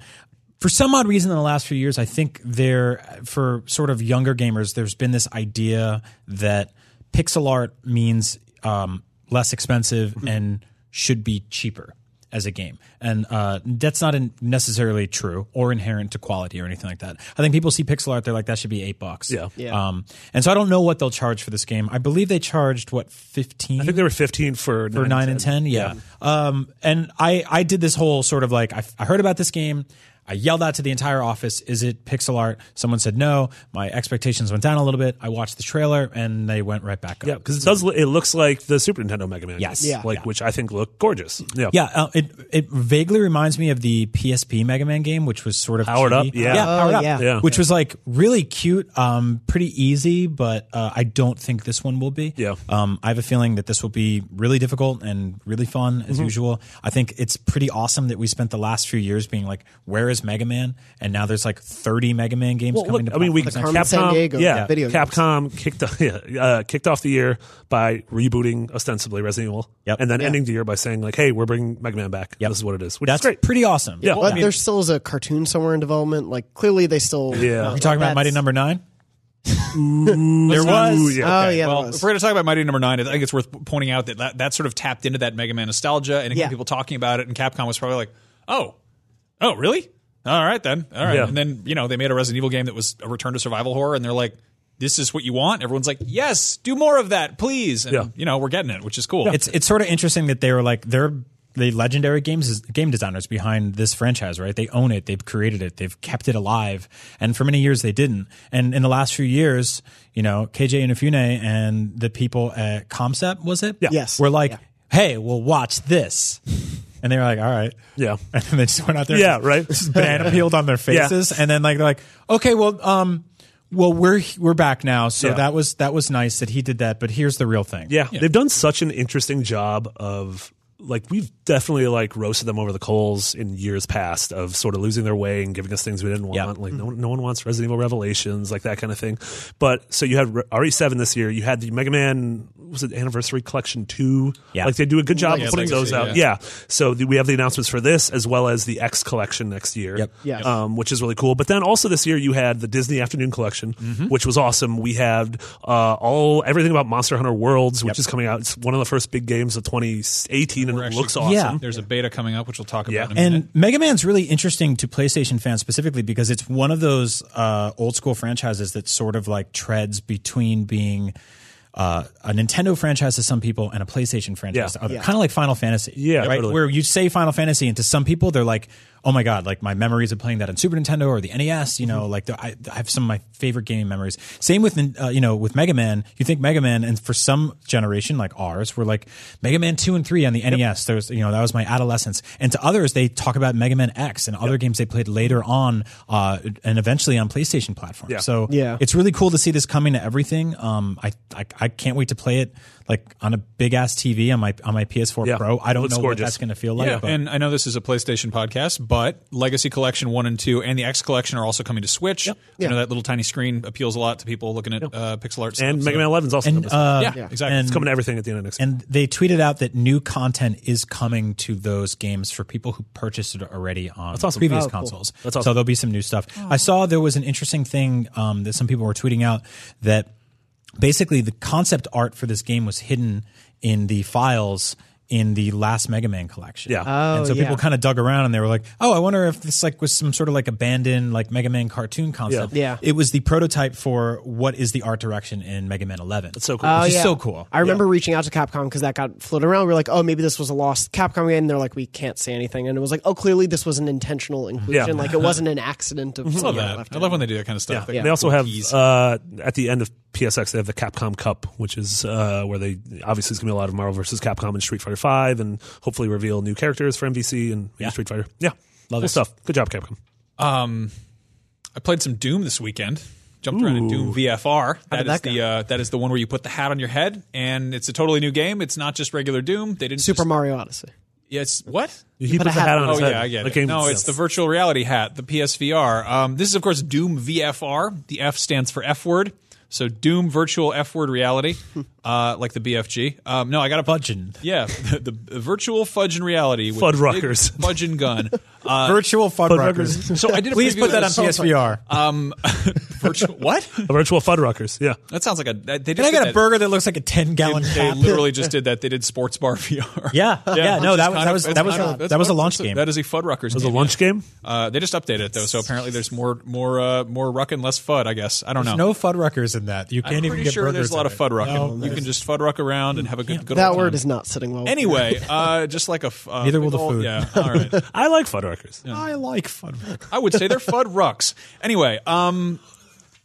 Speaker 6: For some odd reason, in the last few years, I think there, for sort of younger gamers, there's been this idea that pixel art means um, less expensive
Speaker 5: Mm-hmm.
Speaker 6: and should be cheaper as a game. And uh, that's not in necessarily true or inherent to quality or anything like that. I think people see pixel art, they're like, that should be eight bucks.
Speaker 5: Yeah.
Speaker 4: Yeah.
Speaker 6: Um, and so I don't know what they'll charge for this game. I believe they charged, what, 15?
Speaker 5: I think they were fifteen for
Speaker 6: for nine and ten. Yeah. Um, and I I did this whole sort of like I, I heard about this game. I yelled out to the entire office, "Is it pixel art?" Someone said no. My expectations went down a little bit. I watched the trailer, and they went right back up.
Speaker 5: Yeah, because it does. lo- It looks like the Super Nintendo Mega Man.
Speaker 6: Yes.
Speaker 5: games,
Speaker 6: Yeah.
Speaker 5: like which I think look gorgeous. Yeah,
Speaker 6: Yeah, uh, it it vaguely reminds me of the PSP Mega Man game, which was sort of
Speaker 5: Powered Up,
Speaker 6: 2D.
Speaker 5: yeah.
Speaker 4: Oh,
Speaker 6: powered up,
Speaker 4: yeah.
Speaker 5: Yeah.
Speaker 6: which was like really cute, um, pretty easy, but uh, I don't think this one will be.
Speaker 5: Yeah.
Speaker 6: um, I have a feeling that this will be really difficult and really fun
Speaker 5: Mm-hmm.
Speaker 6: as usual. I think it's pretty awesome that we spent the last few years being like, where is Mega Man? And now there's like 30 Mega Man games
Speaker 5: Well,
Speaker 6: coming.
Speaker 5: look,
Speaker 6: to
Speaker 5: I mean, we
Speaker 6: platforms.
Speaker 4: Carmen San Diego
Speaker 5: yeah,
Speaker 4: video games.
Speaker 5: Capcom kicked off, yeah, uh, kicked off the (laughs) year by rebooting ostensibly Resident Evil,
Speaker 6: Yep.
Speaker 5: and then ending the year by saying like, "Hey, we're bringing Mega Man back.
Speaker 6: Yep.
Speaker 5: This is what it is," which
Speaker 6: that's
Speaker 5: is great.
Speaker 6: pretty awesome.
Speaker 5: Yeah.
Speaker 4: But there still is a cartoon somewhere in development. Like clearly they still. uh,
Speaker 5: Yeah.
Speaker 6: You're talking
Speaker 4: That's-
Speaker 6: about Mighty Number Nine. there was.
Speaker 5: Ooh, yeah.
Speaker 4: Oh yeah. there
Speaker 3: Well,
Speaker 4: was.
Speaker 3: if we're going to talk about Mighty Number Nine, I think it's worth pointing out that, that that sort of tapped into that Mega Man nostalgia and it got
Speaker 4: Yeah.
Speaker 3: people talking about it. And Capcom was probably like, "Oh, oh, really? All right then, all right."
Speaker 5: Yeah.
Speaker 3: And then you know they made a Resident Evil game that was a return to survival horror, and they're like, "This is what you want." Everyone's like, "Yes, do more of that, please." And
Speaker 5: Yeah.
Speaker 3: you know we're getting it, which is cool.
Speaker 6: (laughs) It's it's sort of interesting that they were like they're the legendary games game designers behind this franchise, right? They own it, they've created it, they've kept it alive, and for many years they didn't. And in the last few years, you know, KJ Inafune and the people at Comcept was it? Yeah.
Speaker 4: Yes.
Speaker 6: We're like, hey, well, watch this, and they were like, all right, (laughs)
Speaker 5: Yeah.
Speaker 6: and they just went out there,
Speaker 5: Yeah,
Speaker 6: and
Speaker 5: right.
Speaker 6: just banana peeled
Speaker 5: (laughs)
Speaker 6: on their faces, and then like they're like, okay, well, um. Well, we're we're back now, so
Speaker 5: Yeah.
Speaker 6: that was that was nice that he did that. But here's the real thing.
Speaker 5: Yeah, they've done such an interesting job of like we've definitely like roasted them over the coals in years past of sort of losing their way and giving us things we didn't want.
Speaker 6: Yeah. Mm-hmm.
Speaker 5: Like no, no one wants Resident Evil Revelations, like that kind of thing. But so you had Re- RE7 this year. You had the Mega Man was it Anniversary Collection two.
Speaker 6: Yeah.
Speaker 5: like they do a good job
Speaker 3: Yeah,
Speaker 5: of putting
Speaker 3: Legacy,
Speaker 5: those out.
Speaker 3: yeah.
Speaker 5: Yeah. So the, we have the announcements for this as well as the X Collection next year.
Speaker 6: Yep.
Speaker 4: Yes.
Speaker 5: Um, which is really cool. But then also this year you had the Disney Afternoon Collection,
Speaker 6: Mm-hmm.
Speaker 5: which was awesome. We had uh, all everything about Monster Hunter Worlds, which is coming out. It's one of the first big games of 2018, and
Speaker 3: We're
Speaker 5: it
Speaker 3: actually-
Speaker 5: looks awesome.
Speaker 6: Yeah.
Speaker 3: There's a beta coming up, which we'll talk
Speaker 5: Yeah.
Speaker 3: about. In a minute.
Speaker 6: And Mega Man's really interesting to PlayStation fans specifically because it's one of those uh, old school franchises that sort of like treads between being uh, a Nintendo franchise to some people and a PlayStation franchise
Speaker 5: Yeah.
Speaker 6: to others. Kind of like Final Fantasy.
Speaker 5: Yeah,
Speaker 6: Right?
Speaker 5: totally.
Speaker 6: Where you say Final Fantasy and to some people they're like, oh my God, like my memories of playing that on Super Nintendo or the NES, you know,
Speaker 5: Mm-hmm.
Speaker 6: like the, I, I have some of my favorite gaming memories. Same with, uh, you know, with Mega Man. You think Mega Man and for some generation like ours, we're like Mega Man 2 and 3 on the NES. There's, you know, that was my adolescence. And to others, they talk about Mega Man X and other games they played later on uh, and eventually on PlayStation platforms.
Speaker 5: Yeah.
Speaker 6: So
Speaker 4: Yeah.
Speaker 6: it's really cool to see this coming to everything. Um, I, I, I can't wait to play it like on a big ass TV on my, on my PS4
Speaker 5: Yeah.
Speaker 6: Pro. I don't
Speaker 5: Looks
Speaker 6: know
Speaker 5: gorgeous.
Speaker 6: what that's going to feel like.
Speaker 3: Yeah,
Speaker 6: but-
Speaker 3: and I know this is a PlayStation podcast, but Legacy Collection One and Two and the X Collection are also coming to Switch. You
Speaker 4: Yeah.
Speaker 3: know that little tiny screen appeals a lot to people looking at uh, pixel art.
Speaker 5: And
Speaker 3: stuff,
Speaker 5: Mega
Speaker 3: so-
Speaker 5: Man 11 is also
Speaker 6: And,
Speaker 5: coming. this-
Speaker 6: uh,
Speaker 3: Yeah, exactly.
Speaker 6: and-
Speaker 5: it's coming to everything at the end of next. year.
Speaker 6: And they tweeted out that new content is coming to those games for people who purchased it already on
Speaker 5: awesome.
Speaker 6: previous
Speaker 5: Oh, cool.
Speaker 6: consoles.
Speaker 5: That's awesome.
Speaker 6: So there'll be some new stuff. I saw there was an interesting thing um, that some people were tweeting out that basically the concept art for this game was hidden in the files in the last Mega Man collection.
Speaker 5: Yeah.
Speaker 4: Oh,
Speaker 6: and so people
Speaker 4: yeah.
Speaker 6: kind of dug around and they were like, "Oh, I wonder if this like was some sort of like abandoned like Mega Man cartoon concept."
Speaker 4: Yeah.
Speaker 6: It was the prototype for what is the art direction in Mega Man 11. That's
Speaker 5: so cool.
Speaker 4: Oh,
Speaker 6: Which is
Speaker 4: yeah.
Speaker 6: so cool.
Speaker 4: I remember reaching out to Capcom because that got floated around. We were like, oh, maybe this was a lost Capcom game. And they're like, we can't say anything. And it was like, oh, clearly this was an intentional inclusion.
Speaker 5: Yeah.
Speaker 4: Like it wasn't an accident of
Speaker 3: I
Speaker 4: something
Speaker 3: love
Speaker 4: that
Speaker 3: that.
Speaker 4: left
Speaker 3: I
Speaker 4: in.
Speaker 3: love when they do that kind of stuff. They-
Speaker 5: They also have
Speaker 3: Keys.
Speaker 5: uh, at the end of PSX they have the Capcom Cup, which is uh, where they obviously it's gonna be a lot of Marvel versus Capcom and Street Fighter Five, and hopefully reveal new characters for MVC and maybe Street Fighter. Yeah, love cool stuff. Good job, Capcom.
Speaker 3: I played some Doom this weekend. Jumped around in Doom VFR. That
Speaker 4: did
Speaker 3: is
Speaker 4: that
Speaker 3: the uh, that is the one where you put the hat on your head, and it's a totally new game. It's not just regular Doom. They didn't
Speaker 4: Super
Speaker 3: Just,
Speaker 4: Mario Odyssey.
Speaker 3: yeah, it's what?
Speaker 5: He
Speaker 4: put
Speaker 5: puts
Speaker 4: a
Speaker 5: a
Speaker 4: hat
Speaker 5: hat
Speaker 4: on.
Speaker 5: on
Speaker 3: Oh
Speaker 5: his head.
Speaker 3: yeah, I get
Speaker 5: That
Speaker 3: it.
Speaker 5: game-
Speaker 3: No, it's the virtual reality hat, the PSVR. Um, this is of course Doom VFR. The F stands for F word. So Doom Virtual F Word Reality, uh, like the BFG. Um, no, I got a
Speaker 6: Budgeon.
Speaker 3: Yeah, (laughs) the, the, virtual fudge and reality. with
Speaker 5: Fuddruckers.
Speaker 3: big Fudge and gun. Uh,
Speaker 6: Virtual Fuddruckers.
Speaker 3: so I did. A
Speaker 6: Please
Speaker 3: preview
Speaker 6: put that on
Speaker 3: of this-
Speaker 6: PSVR. (laughs)
Speaker 3: Virtual, what?
Speaker 5: the virtual Fuddruckers. Yeah,
Speaker 3: That sounds like a. They just
Speaker 6: and I
Speaker 3: did
Speaker 6: got a
Speaker 3: that-
Speaker 6: burger that looks like a 10 gallon (laughs)
Speaker 3: They
Speaker 6: cap.
Speaker 3: literally just did that. They did sports bar (laughs) VR.
Speaker 6: Yeah, yeah, no, that was that was that was
Speaker 3: a
Speaker 6: a, that was a launch game.
Speaker 3: That is a Fuddruckers.
Speaker 5: it was a lunch game.
Speaker 3: Uh, they just updated it though, so apparently there's more more uh, more ruck and less fud. I guess I don't know.
Speaker 6: no Fuddruckers in that. You can't
Speaker 3: I'm
Speaker 6: even
Speaker 3: pretty
Speaker 6: get
Speaker 3: sure
Speaker 6: burgers.
Speaker 3: there's a lot of
Speaker 6: in it.
Speaker 3: fud rucking. you can just fud ruck around and have a good good.
Speaker 4: That
Speaker 3: old
Speaker 4: word
Speaker 3: time.
Speaker 4: is not sitting well. with me.
Speaker 6: (laughs)
Speaker 3: Anyway, uh, just like a f- uh,
Speaker 6: Neither
Speaker 3: big
Speaker 6: will the
Speaker 3: old-
Speaker 6: food.
Speaker 3: Yeah, all right.
Speaker 6: (laughs)
Speaker 5: I like Fuddruckers.
Speaker 6: I like Fuddruckers.
Speaker 3: I would say they're Fud Rucks. Anyway, um,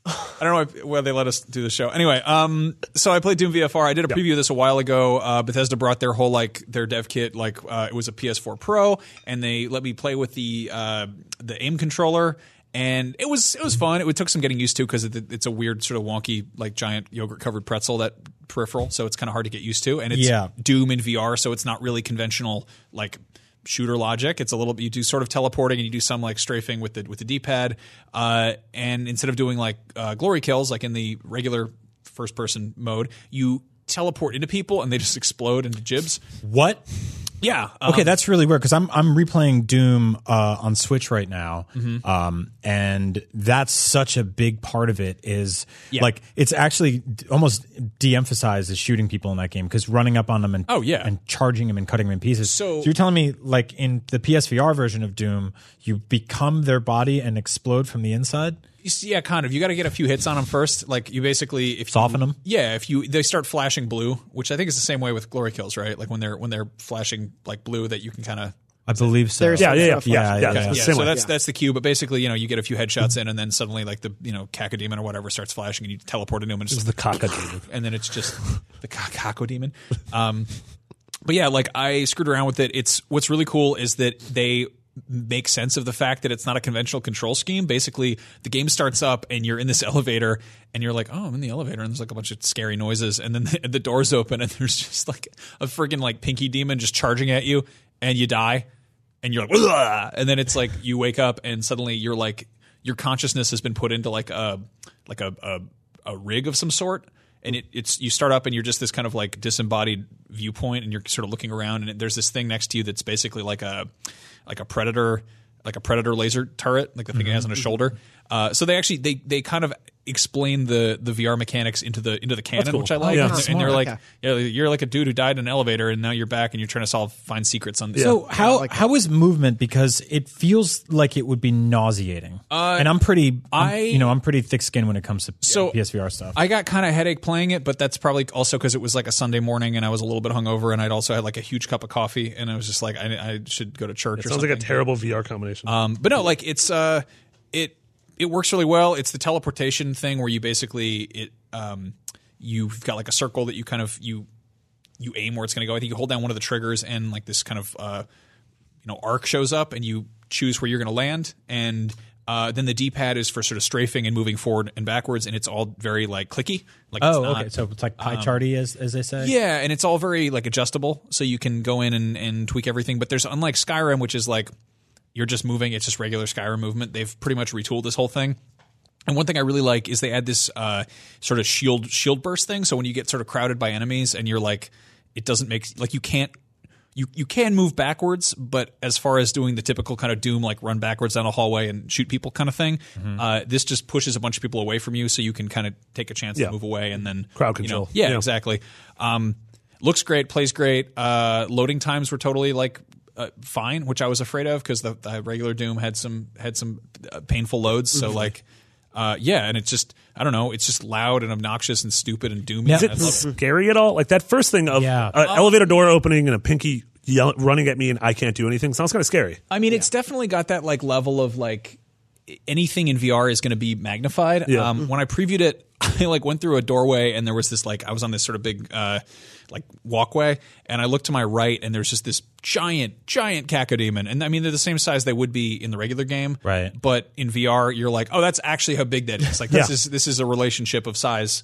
Speaker 3: I don't know if, whether they let us do the show. Anyway, um, so I played Doom VFR. I did a preview of this a while ago. Uh, Bethesda brought their whole like their dev kit, like uh, it was a PS4 Pro, and they let me play with the uh, the aim controller. And it was it was fun. It took some getting used to because it, it's a weird sort of wonky like giant yogurt covered pretzel that peripheral, so it's kind of hard to get used to. And it's
Speaker 6: Yeah.
Speaker 3: Doom in VR, so it's not really conventional like shooter logic. It's a little bit you do sort of teleporting and you do some like strafing with the with the D pad, uh, and instead of doing like uh, glory kills like in the regular first person mode, you teleport into people and they just explode into jibs.
Speaker 6: What?
Speaker 3: Yeah. um,
Speaker 6: Okay, that's really weird because I'm I'm replaying Doom uh, on Switch right now,
Speaker 3: Mm-hmm.
Speaker 6: um, and that's such a big part of it. Is like it's actually d- almost de-emphasized as shooting people in that game because running up on them and
Speaker 3: Oh, yeah.
Speaker 6: and charging them and cutting them in pieces.
Speaker 3: So-
Speaker 6: you're telling me like in the PSVR version of Doom, you become their body and explode from the inside.
Speaker 3: You see- Yeah, kind of. You got to get a few hits on them first. Like you basically, if
Speaker 6: Soften
Speaker 3: you,
Speaker 6: 'em?
Speaker 3: Yeah, if you they start flashing blue, which I think is the same way with glory kills, right? Like when they're when they're flashing like blue, that you can kind of
Speaker 6: I believe so.
Speaker 4: There's
Speaker 5: Yeah, yeah, yeah,
Speaker 4: Sort of
Speaker 5: yeah,
Speaker 6: flash.
Speaker 5: yeah.
Speaker 6: Okay.
Speaker 5: it's the
Speaker 3: yeah,
Speaker 5: same
Speaker 3: so
Speaker 5: way.
Speaker 3: that's that's the cue. But basically, you know, you get a few headshots in, and then suddenly, like the you know, cacodemon or whatever starts flashing, and you teleport into him, and it's
Speaker 5: It's
Speaker 3: just (laughs)
Speaker 5: the cockadoo.
Speaker 3: and then it's just the Kako demon. Um, but yeah, like I screwed around with it. It's what's really cool is that they make sense of the fact that it's not a conventional control scheme. Basically, the game starts up and you're in this (laughs) elevator and you're like, oh, I'm in the elevator, and there's like a bunch of scary noises, and then (laughs) the, the doors open and there's just like a freaking like pinky demon just charging at you, and you die, and you're like, "Ugh!" and then it's like you wake up and suddenly you're like your consciousness has been put into like a like a a, a rig of some sort and it, it's you start up and you're just this kind of like disembodied viewpoint and you're sort of looking around and there's this thing next to you that's basically like a like a predator like a predator laser turret like the thing it has on his shoulder uh, so they actually they they kind of explain the the VR mechanics into the into the canon
Speaker 5: cool.
Speaker 3: which I like
Speaker 5: Yeah.
Speaker 3: and, they're, and they're
Speaker 4: Smart.
Speaker 3: like
Speaker 4: Okay.
Speaker 3: yeah, you're like a dude who died in an elevator and now you're back and you're trying to solve find secrets on this
Speaker 6: So how how is movement? Because it feels like it would be nauseating, and I'm pretty, I'm-
Speaker 3: Uh, I-
Speaker 6: you know, I'm pretty thick skinned when it comes to
Speaker 3: So-
Speaker 6: PSVR stuff.
Speaker 3: I got kind of headache playing it, but that's probably also because it was like a Sunday morning and I was a little bit hungover, and I'd also had like a huge cup of coffee, and I was just like, I, I should go to church. or
Speaker 5: Sounds
Speaker 3: something.
Speaker 5: like a terrible VR combination.
Speaker 3: Um, but no, like it's uh, it it works really well. It's the teleportation thing where you basically it um, you've got like a circle that you kind of you you aim where it's going to go. I think you hold down one of the triggers and like this kind of uh, you know arc shows up and you choose where you're going to land and. Uh, then the D-pad is for sort of strafing and moving forward and backwards, and it's all very like clicky. Like it's
Speaker 6: oh,
Speaker 3: not, um,
Speaker 6: okay. So it's like pie charty, as as they say.
Speaker 3: yeah, and it's all very like adjustable, so you can go in and, and tweak everything. But there's unlike Skyrim, which is like you're just moving; it's just regular Skyrim movement. They've pretty much retooled this whole thing. And one thing I really like is they add this uh, sort of shield shield burst thing. So when you get sort of crowded by enemies, and you're like, it doesn't make like you can't. You, you can move backwards, but as far as doing the typical kind of doom, like run backwards down a hallway and shoot people kind of thing,
Speaker 5: Mm-hmm.
Speaker 3: uh, this just pushes a bunch of people away from you, so you can kind of take a chance
Speaker 5: Yeah.
Speaker 3: to move away and then
Speaker 5: Crowd
Speaker 3: you know,
Speaker 5: control.
Speaker 3: yeah,
Speaker 5: Yeah.
Speaker 3: exactly. Um, Looks great, plays great. Uh, loading times were totally like uh, fine, which I was afraid of because the, the regular Doom had some had some uh, painful loads. So like, uh, yeah, and it's just I don't know, it's just loud and obnoxious and stupid and doomy.
Speaker 5: Is
Speaker 3: and I
Speaker 5: it
Speaker 3: love it.
Speaker 5: scary at all? Like that first thing of
Speaker 6: Yeah.
Speaker 5: an elevator door opening and a pinky yell- running at me and I can't do anything sounds kind of scary.
Speaker 3: I mean, it's definitely got that like level of like anything in VR is going to be magnified.
Speaker 5: Yeah.
Speaker 3: Um, when I previewed it, (laughs) I like went through a doorway and there was this like I was on this sort of big uh, like walkway and I looked to my right and there's just this giant giant cacodemon and I mean they're the same size they would be in the regular game,
Speaker 6: Right.
Speaker 3: But in VR, you're like, oh, that's actually how big that is. Like this
Speaker 5: Yeah.
Speaker 3: is this is a relationship of size.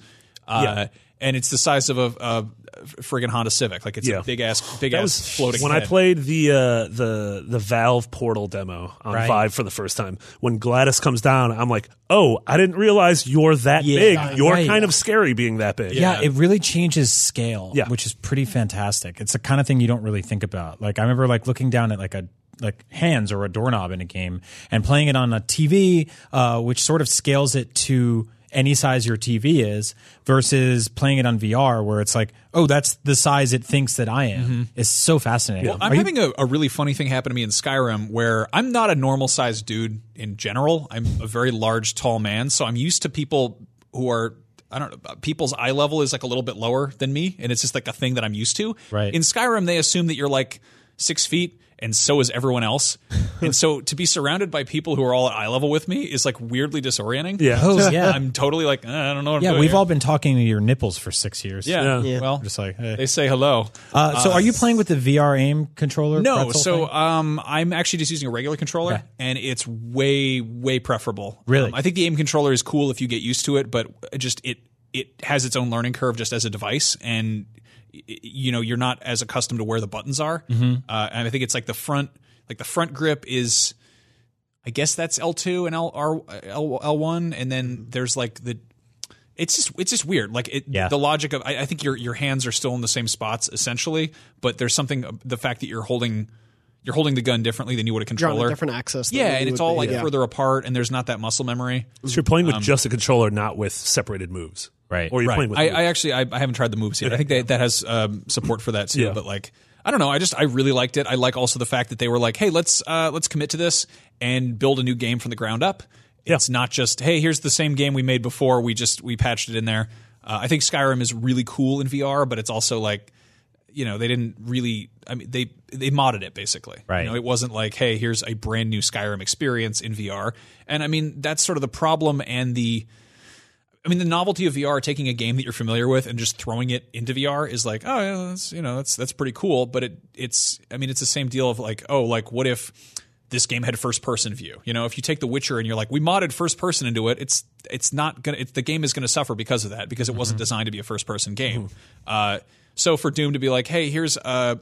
Speaker 3: Uh,
Speaker 5: Yeah.
Speaker 3: And it's the size of a, a friggin' Honda Civic. Like it's
Speaker 5: Yeah.
Speaker 3: a big ass, big
Speaker 5: That
Speaker 3: ass
Speaker 5: was
Speaker 3: floating.
Speaker 5: when I
Speaker 3: head.
Speaker 5: played the uh, the the Valve Portal demo on
Speaker 6: Right.
Speaker 5: Vive for the first time. When Gladys comes down, I'm like, oh, I didn't realize you're that
Speaker 6: Yeah,
Speaker 5: big. You're
Speaker 6: right.
Speaker 5: kind of scary being that big.
Speaker 6: Yeah, it really changes scale,
Speaker 5: Yeah.
Speaker 6: which is pretty fantastic. It's the kind of thing you don't really think about. Like I remember like looking down at like a like hands or a doorknob in a game and playing it on a TV, uh, which sort of scales it to any size your TV is versus playing it on VR where it's like, oh, that's the size it thinks that I am. It's so fascinating.
Speaker 3: Well, I'm
Speaker 6: Are you-
Speaker 3: having a, a really funny thing happen to me in Skyrim where I'm not a normal sized dude in general. I'm a very large, tall man, so I'm used to people who are. I don't know. People's eye level is like a little bit lower than me, and it's just like a thing that I'm used to.
Speaker 6: Right.
Speaker 3: In Skyrim, they assume that you're like six feet, and so is everyone
Speaker 6: (laughs)
Speaker 3: else. and so to be surrounded by people who are all at eye level with me is like weirdly disorienting.
Speaker 5: Yeah.
Speaker 6: oh
Speaker 3: (laughs)
Speaker 6: yeah.
Speaker 3: I'm totally like "Uh, I don't know. What I'm
Speaker 6: yeah,
Speaker 3: doing
Speaker 6: we've
Speaker 3: here."
Speaker 6: all been talking to your nipples for six years.
Speaker 3: Yeah.
Speaker 4: Yeah.
Speaker 3: Well,
Speaker 6: Just like, hey.
Speaker 3: they say hello.
Speaker 6: Uh, so are you playing with the VR aim controller?
Speaker 3: No,
Speaker 6: pretzel
Speaker 3: so
Speaker 6: thing?
Speaker 3: um, I'm actually just using a regular controller,
Speaker 6: Okay.
Speaker 3: and it's way way preferable.
Speaker 6: Really?
Speaker 3: Um, I think the aim controller is cool if you get used to it, but it just it it has its own learning curve just as a device, and y- y- you know you're not as accustomed to where the buttons are.
Speaker 6: Mm-hmm.
Speaker 3: Uh, and I think it's like the front like the front grip is. I guess that's L two and L R L L one, and then there's like the. It's just it's just weird. Like it,
Speaker 6: Yeah.
Speaker 3: the logic of I, I think your your hands are still in the same spots essentially, but there's something the fact that you're holding you're holding the gun differently than you would a
Speaker 4: You're on
Speaker 3: controller.
Speaker 4: a different axis. than
Speaker 3: yeah,
Speaker 4: you
Speaker 3: and it's
Speaker 4: would
Speaker 3: all
Speaker 4: be.
Speaker 3: like
Speaker 4: Yeah.
Speaker 3: further apart, and there's not that muscle memory.
Speaker 5: So you're playing with just a controller, not with separated moves.
Speaker 6: Um, Right.
Speaker 5: Or you're
Speaker 3: Right.
Speaker 5: playing with.
Speaker 3: I,
Speaker 5: moves.
Speaker 3: I actually I, I haven't tried the moves yet. I think that that has um, support for that too.
Speaker 5: Yeah.
Speaker 3: But like I don't know. I just I really liked it. I like also the fact that they were like, hey, let's uh, let's commit to this and build a new game from the ground up.
Speaker 5: Yeah.
Speaker 3: It's not just hey, here's the same game we made before. We just we patched it in there. Uh, I think Skyrim is really cool in VR, but it's also like you know they didn't really. I mean they they modded it basically.
Speaker 6: Right.
Speaker 3: You know, it wasn't like hey, here's a brand new Skyrim experience in VR. And I mean that's sort of the problem and the I mean, the novelty of VR, taking a game that you're familiar with and just throwing it into VR is like, oh, yeah, that's you know, that's that's pretty cool. But it it's, I mean, it's the same deal of like, oh, like what if this game had first person view? You know, if you take The Witcher and you're like, we modded first person into it, it's it's not gonna, it's, the game is gonna suffer because of that because it wasn't designed to be a first person game. Uh, so for Doom to be like, hey, here's a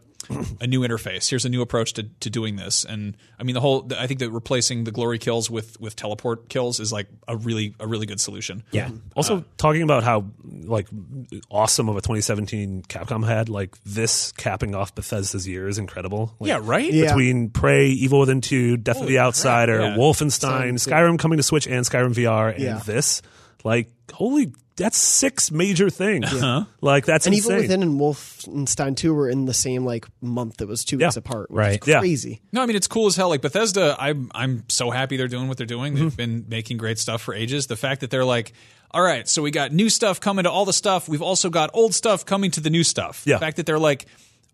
Speaker 3: a new interface, here's a new approach to to doing this, and I mean, the whole, I think that replacing the glory kills with with teleport kills is like a really a really good solution.
Speaker 6: yeah.
Speaker 5: Also, talking about how like awesome of a 2017 Capcom had, like this capping off Bethesda's year is incredible. Like,
Speaker 3: Yeah, right?
Speaker 4: Yeah.
Speaker 5: Between Prey, Evil Within 2, Death of the Outsider,
Speaker 3: Yeah.
Speaker 5: Wolfenstein,
Speaker 4: Sounds good.
Speaker 5: Skyrim coming to Switch, and Skyrim VR, and
Speaker 4: Yeah.
Speaker 5: this, like, holy, that's six major things. Like, that's
Speaker 4: And
Speaker 5: insane.
Speaker 4: Evil Within and Wolfenstein 2 were in the same like month that was two
Speaker 5: Yeah.
Speaker 4: weeks apart, which
Speaker 6: Right.
Speaker 4: right.
Speaker 5: Yeah.
Speaker 4: is crazy.
Speaker 3: No, I mean it's cool as hell. Like Bethesda, I'm I'm so happy they're doing what they're doing.
Speaker 5: Mm-hmm.
Speaker 3: They've been making great stuff for ages. The fact that they're like, all right, so we got new stuff coming to all the stuff. We've also got old stuff coming to the new stuff.
Speaker 5: Yeah.
Speaker 3: The fact that they're like,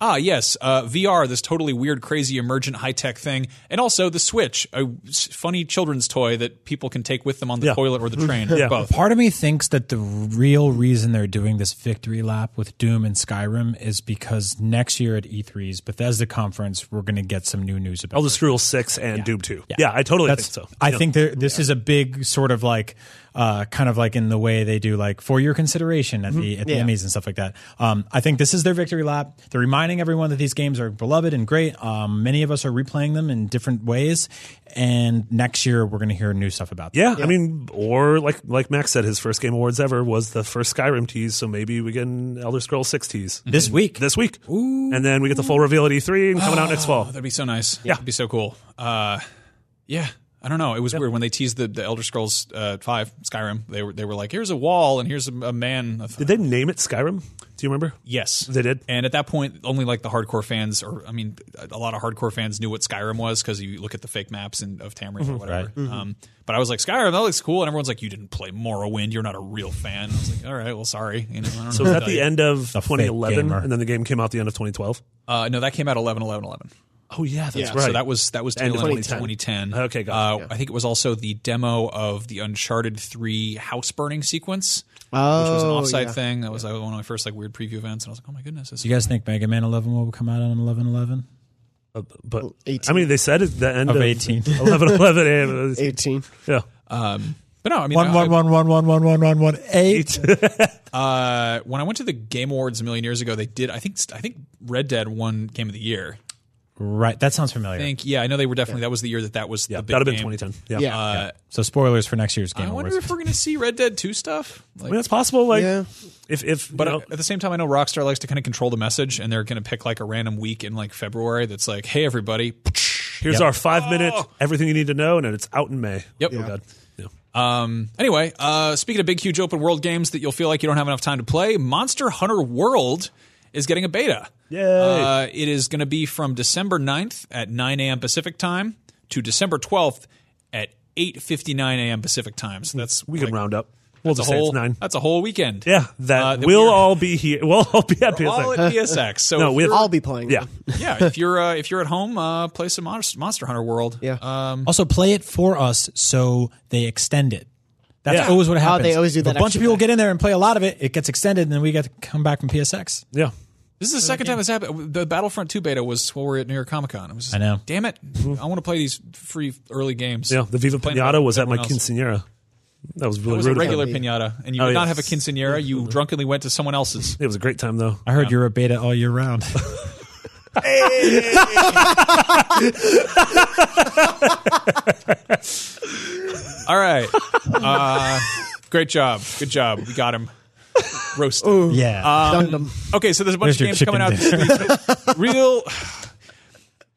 Speaker 3: ah, yes, uh, VR, this totally weird, crazy, emergent, high tech thing, and also the Switch, a s- funny children's toy that people can take with them on the
Speaker 5: Yeah.
Speaker 3: toilet or the train. or
Speaker 5: (laughs) Yeah.
Speaker 3: both.
Speaker 6: Part of me thinks that the real reason they're doing this victory lap with Doom and Skyrim is because next year at E3's Bethesda conference, we're going to get some new news about.
Speaker 5: Elder Scrolls 6 and Doom 2. Oh, Yeah, I totally
Speaker 6: That's,
Speaker 5: think so.
Speaker 6: I
Speaker 5: Yeah.
Speaker 6: think there, this is a big sort of like, uh, kind of like in the way they do like for your consideration at
Speaker 5: Mm-hmm.
Speaker 6: the at the Emmys and stuff like that. Um, I think this is their victory lap. They're reminding everyone that these games are beloved and great. Um, many of us are replaying them in different ways, and next year we're going to hear new stuff about. them.
Speaker 5: Yeah, I mean, or like like Max said, his first Game Awards ever was the first Skyrim tease, so maybe we get an Elder Scrolls 6 tease.
Speaker 6: This week,
Speaker 5: this week. And then we E get the full reveal at E3 and coming out next fall.
Speaker 3: That'd be so nice. Yeah, that'd be so cool. Uh, yeah, I don't know. It was weird when they teased the, the Elder Scrolls uh, Five Skyrim. They were they were like, here's a wall and here's a, a man.
Speaker 5: Did they name it Skyrim? Do you remember?
Speaker 3: Yes,
Speaker 5: They did?
Speaker 3: And at that point, only like the hardcore fans, or I mean, a lot of hardcore fans knew what Skyrim was because you look at the fake maps and of Tamriel
Speaker 5: Mm-hmm.
Speaker 3: or whatever. Um, but I was like, Skyrim, that looks cool, and everyone's like, you didn't play Morrowind, you're not a real fan. I was like, all right, well, sorry. You know, I don't
Speaker 5: So
Speaker 3: know what
Speaker 5: was that
Speaker 3: to
Speaker 5: the
Speaker 3: tell you.
Speaker 5: end of
Speaker 6: fake
Speaker 5: 2011,
Speaker 6: gamer.
Speaker 5: and then the game came out the end of 2012.
Speaker 3: Uh, no, that came out 11, 11, 11.
Speaker 5: Oh yeah, that's
Speaker 4: Yeah.
Speaker 5: right.
Speaker 3: So that was that was
Speaker 5: End of
Speaker 3: 2011,
Speaker 5: 2010.
Speaker 3: 2010.
Speaker 5: Okay, got
Speaker 3: uh, I think it was also the demo of the Uncharted 3 house burning sequence,
Speaker 4: Oh,
Speaker 3: which was an offsite
Speaker 4: yeah.
Speaker 3: thing. That was uh, one of my first like weird preview events, and I was like, oh my goodness, this
Speaker 6: Do
Speaker 3: is
Speaker 6: you guys think Mega Man 11 will come out on 11 11?
Speaker 5: but
Speaker 4: 18.
Speaker 5: I mean, they said at the end of, (laughs)
Speaker 6: Of 18.
Speaker 5: 11,
Speaker 4: (laughs)
Speaker 5: 11, and it was-
Speaker 4: 18.
Speaker 5: yeah.
Speaker 3: Um, but no, I mean,
Speaker 6: One
Speaker 3: I-
Speaker 6: one one one one one one one one eight.
Speaker 3: uh, when I went to the Game Awards a million years ago, they did. I think I think Red Dead won Game of the Year.
Speaker 6: Right, that sounds familiar.
Speaker 3: I think yeah, I know they were definitely that was the year that that was
Speaker 5: Yeah,
Speaker 3: the big
Speaker 5: that'd have
Speaker 3: game.
Speaker 5: been 2010. Yeah.
Speaker 4: Yeah.
Speaker 3: Uh,
Speaker 6: So spoilers for next year's game
Speaker 3: I wonder
Speaker 6: awards.
Speaker 3: if we're gonna see Red Dead Two stuff.
Speaker 5: I
Speaker 3: Like,
Speaker 5: mean, it's possible. Like,
Speaker 4: Yeah.
Speaker 5: if if
Speaker 3: but uh,
Speaker 5: you know,
Speaker 3: at the same time, I know Rockstar likes to kind of control the message, and they're gonna pick like a random week in like February that's like, hey everybody.
Speaker 5: here's
Speaker 6: Yep.
Speaker 5: our five minute everything you need to know, and it's out in May.
Speaker 3: Oh. Yep.
Speaker 5: Oh,
Speaker 3: Yeah.
Speaker 5: God. Yeah.
Speaker 3: Um, anyway, uh, speaking of big, huge open world games that you'll feel like you don't have enough time to play, Monster Hunter World is getting a beta.
Speaker 5: Yay.
Speaker 3: Uh, it is going to be from December 9th at 9 a.m. Pacific time to December 12th at 8:59 a.m. Pacific time. So that's
Speaker 5: We can
Speaker 3: like,
Speaker 5: round up. We'll
Speaker 3: that's a
Speaker 5: just say
Speaker 3: whole
Speaker 5: it's nine.
Speaker 3: That's a whole weekend.
Speaker 5: Yeah, that
Speaker 3: Uh,
Speaker 5: we'll
Speaker 3: we're-
Speaker 5: all be here. (laughs) We'll all be at
Speaker 3: we're all
Speaker 5: PSX. (laughs)
Speaker 3: at PSX. So
Speaker 5: No,
Speaker 3: if
Speaker 5: we have-
Speaker 3: you're-
Speaker 4: I'll be playing.
Speaker 5: yeah,
Speaker 3: yeah, if you're uh, if you're at home, uh, play some Monster, Monster Hunter World.
Speaker 4: Yeah.
Speaker 3: Um,
Speaker 6: also, play it for us so they extend it. That's
Speaker 5: Yeah.
Speaker 6: always what happens.
Speaker 4: they always do
Speaker 6: If
Speaker 4: that
Speaker 6: A bunch
Speaker 4: extra
Speaker 6: of people
Speaker 4: thing.
Speaker 6: get in there and play a lot of it. It gets extended, and then we get to come back from PSX.
Speaker 5: yeah.
Speaker 3: this is the second time it's happened. The Battlefront 2 beta was while we were at New York Comic Con. It was just,
Speaker 6: I know.
Speaker 3: Damn it! I want to play these free early games.
Speaker 5: Mm-hmm. Yeah, the Viva
Speaker 3: Playing
Speaker 5: Pinata
Speaker 3: with
Speaker 5: was at my
Speaker 3: everyone else.
Speaker 5: quinceanera. That was
Speaker 3: It
Speaker 5: really
Speaker 3: was a
Speaker 5: rude. of
Speaker 3: regular
Speaker 5: them.
Speaker 3: pinata, and you
Speaker 5: Oh,
Speaker 3: did not
Speaker 5: yeah. Mm-hmm.
Speaker 3: have a quinceanera. You drunkenly went to someone else's.
Speaker 5: It was a great time though.
Speaker 6: I heard you're a beta all year round.
Speaker 3: All
Speaker 5: (laughs)
Speaker 3: right, uh, great job, good job. We got him. Roast.
Speaker 6: yeah.
Speaker 3: Okay, so there's a bunch
Speaker 6: There's your
Speaker 3: of games
Speaker 6: chicken
Speaker 3: coming out this week. Real,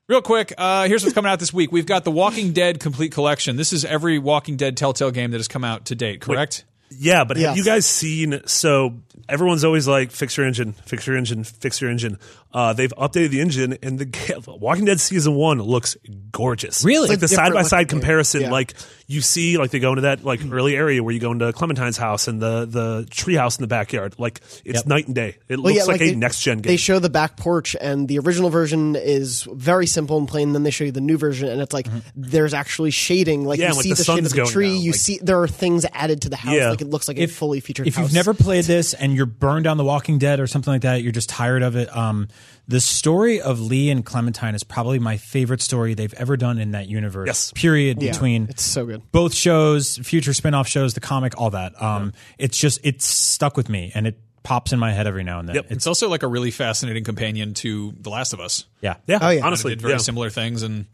Speaker 3: real quick. Uh, here's what's coming out this week. We've got the Walking Dead Complete Collection. This is every Walking Dead Telltale game that has come out to date. Correct.
Speaker 5: Yeah, but
Speaker 4: Yes.
Speaker 5: have you guys seen? So everyone's always like, "Fix your engine, fix your engine, fix your engine." Uh, they've updated the engine, and the (laughs) ga- Walking Dead season one looks gorgeous.
Speaker 6: Really?
Speaker 5: It's like the
Speaker 4: It's a
Speaker 5: side
Speaker 4: different
Speaker 5: by side
Speaker 4: looking game.
Speaker 5: comparison.
Speaker 4: Yeah.
Speaker 5: Like you see, like they go into that like early area where you go into Clementine's house and the the tree house in the backyard. Like it's night and day. It looks like, a
Speaker 4: they-
Speaker 5: next gen game.
Speaker 4: They show the back porch, and the original version is very simple and plain. Then they show you the new version, and it's like there's actually shading. Like
Speaker 5: Mm-hmm. Yeah,
Speaker 4: you
Speaker 5: and, like,
Speaker 4: see
Speaker 5: the
Speaker 4: the, shade
Speaker 5: sun's
Speaker 4: of the
Speaker 5: going
Speaker 4: tree.
Speaker 5: down,
Speaker 4: You
Speaker 5: like-
Speaker 4: see there are things added to the house.
Speaker 5: Yeah.
Speaker 4: Like it looks like a fully featured.
Speaker 6: if
Speaker 4: house.
Speaker 6: you've never played this and you're burned down the walking dead or something like that you're just tired of it um, the story of lee and clementine is probably my favorite story they've ever done in that universe
Speaker 5: Yes.
Speaker 6: period between
Speaker 4: it's so good.
Speaker 6: both shows future spin-off shows the comic all that um, it's just it's stuck with me and it pops in my head every now and then
Speaker 5: Yep.
Speaker 6: it's
Speaker 3: It's also like a really fascinating companion to The Last of Us.
Speaker 6: yeah
Speaker 5: yeah,
Speaker 4: Oh, yeah.
Speaker 5: honestly,
Speaker 3: did very
Speaker 5: yeah.
Speaker 3: similar things, and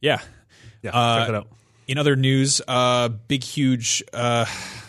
Speaker 3: yeah.
Speaker 5: Yeah,
Speaker 3: Uh,
Speaker 5: check it out.
Speaker 3: In other news, uh, big huge, uh,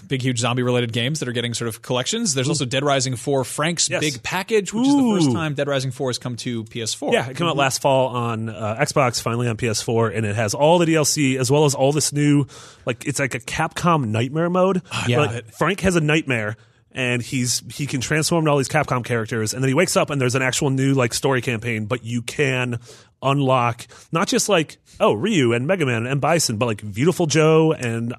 Speaker 3: big huge zombie related games that are getting sort of collections. There's also Dead Rising 4 Frank's
Speaker 5: Yes.
Speaker 3: Big Package, which is the
Speaker 5: Ooh.
Speaker 3: first time Dead Rising 4 has come to PS4.
Speaker 5: Yeah, it came out last fall on uh, Xbox, finally on PS4, and it has all the DLC as well as all this new, like it's like a Capcom nightmare mode.
Speaker 6: Ah, Yeah.
Speaker 5: Where, like, Frank has a nightmare, and he's he can transform into all these Capcom characters, and then he wakes up, and there's an actual new like story campaign, but you can unlock not just like oh Ryu and Mega Man and Bison, but like Beautiful Joe and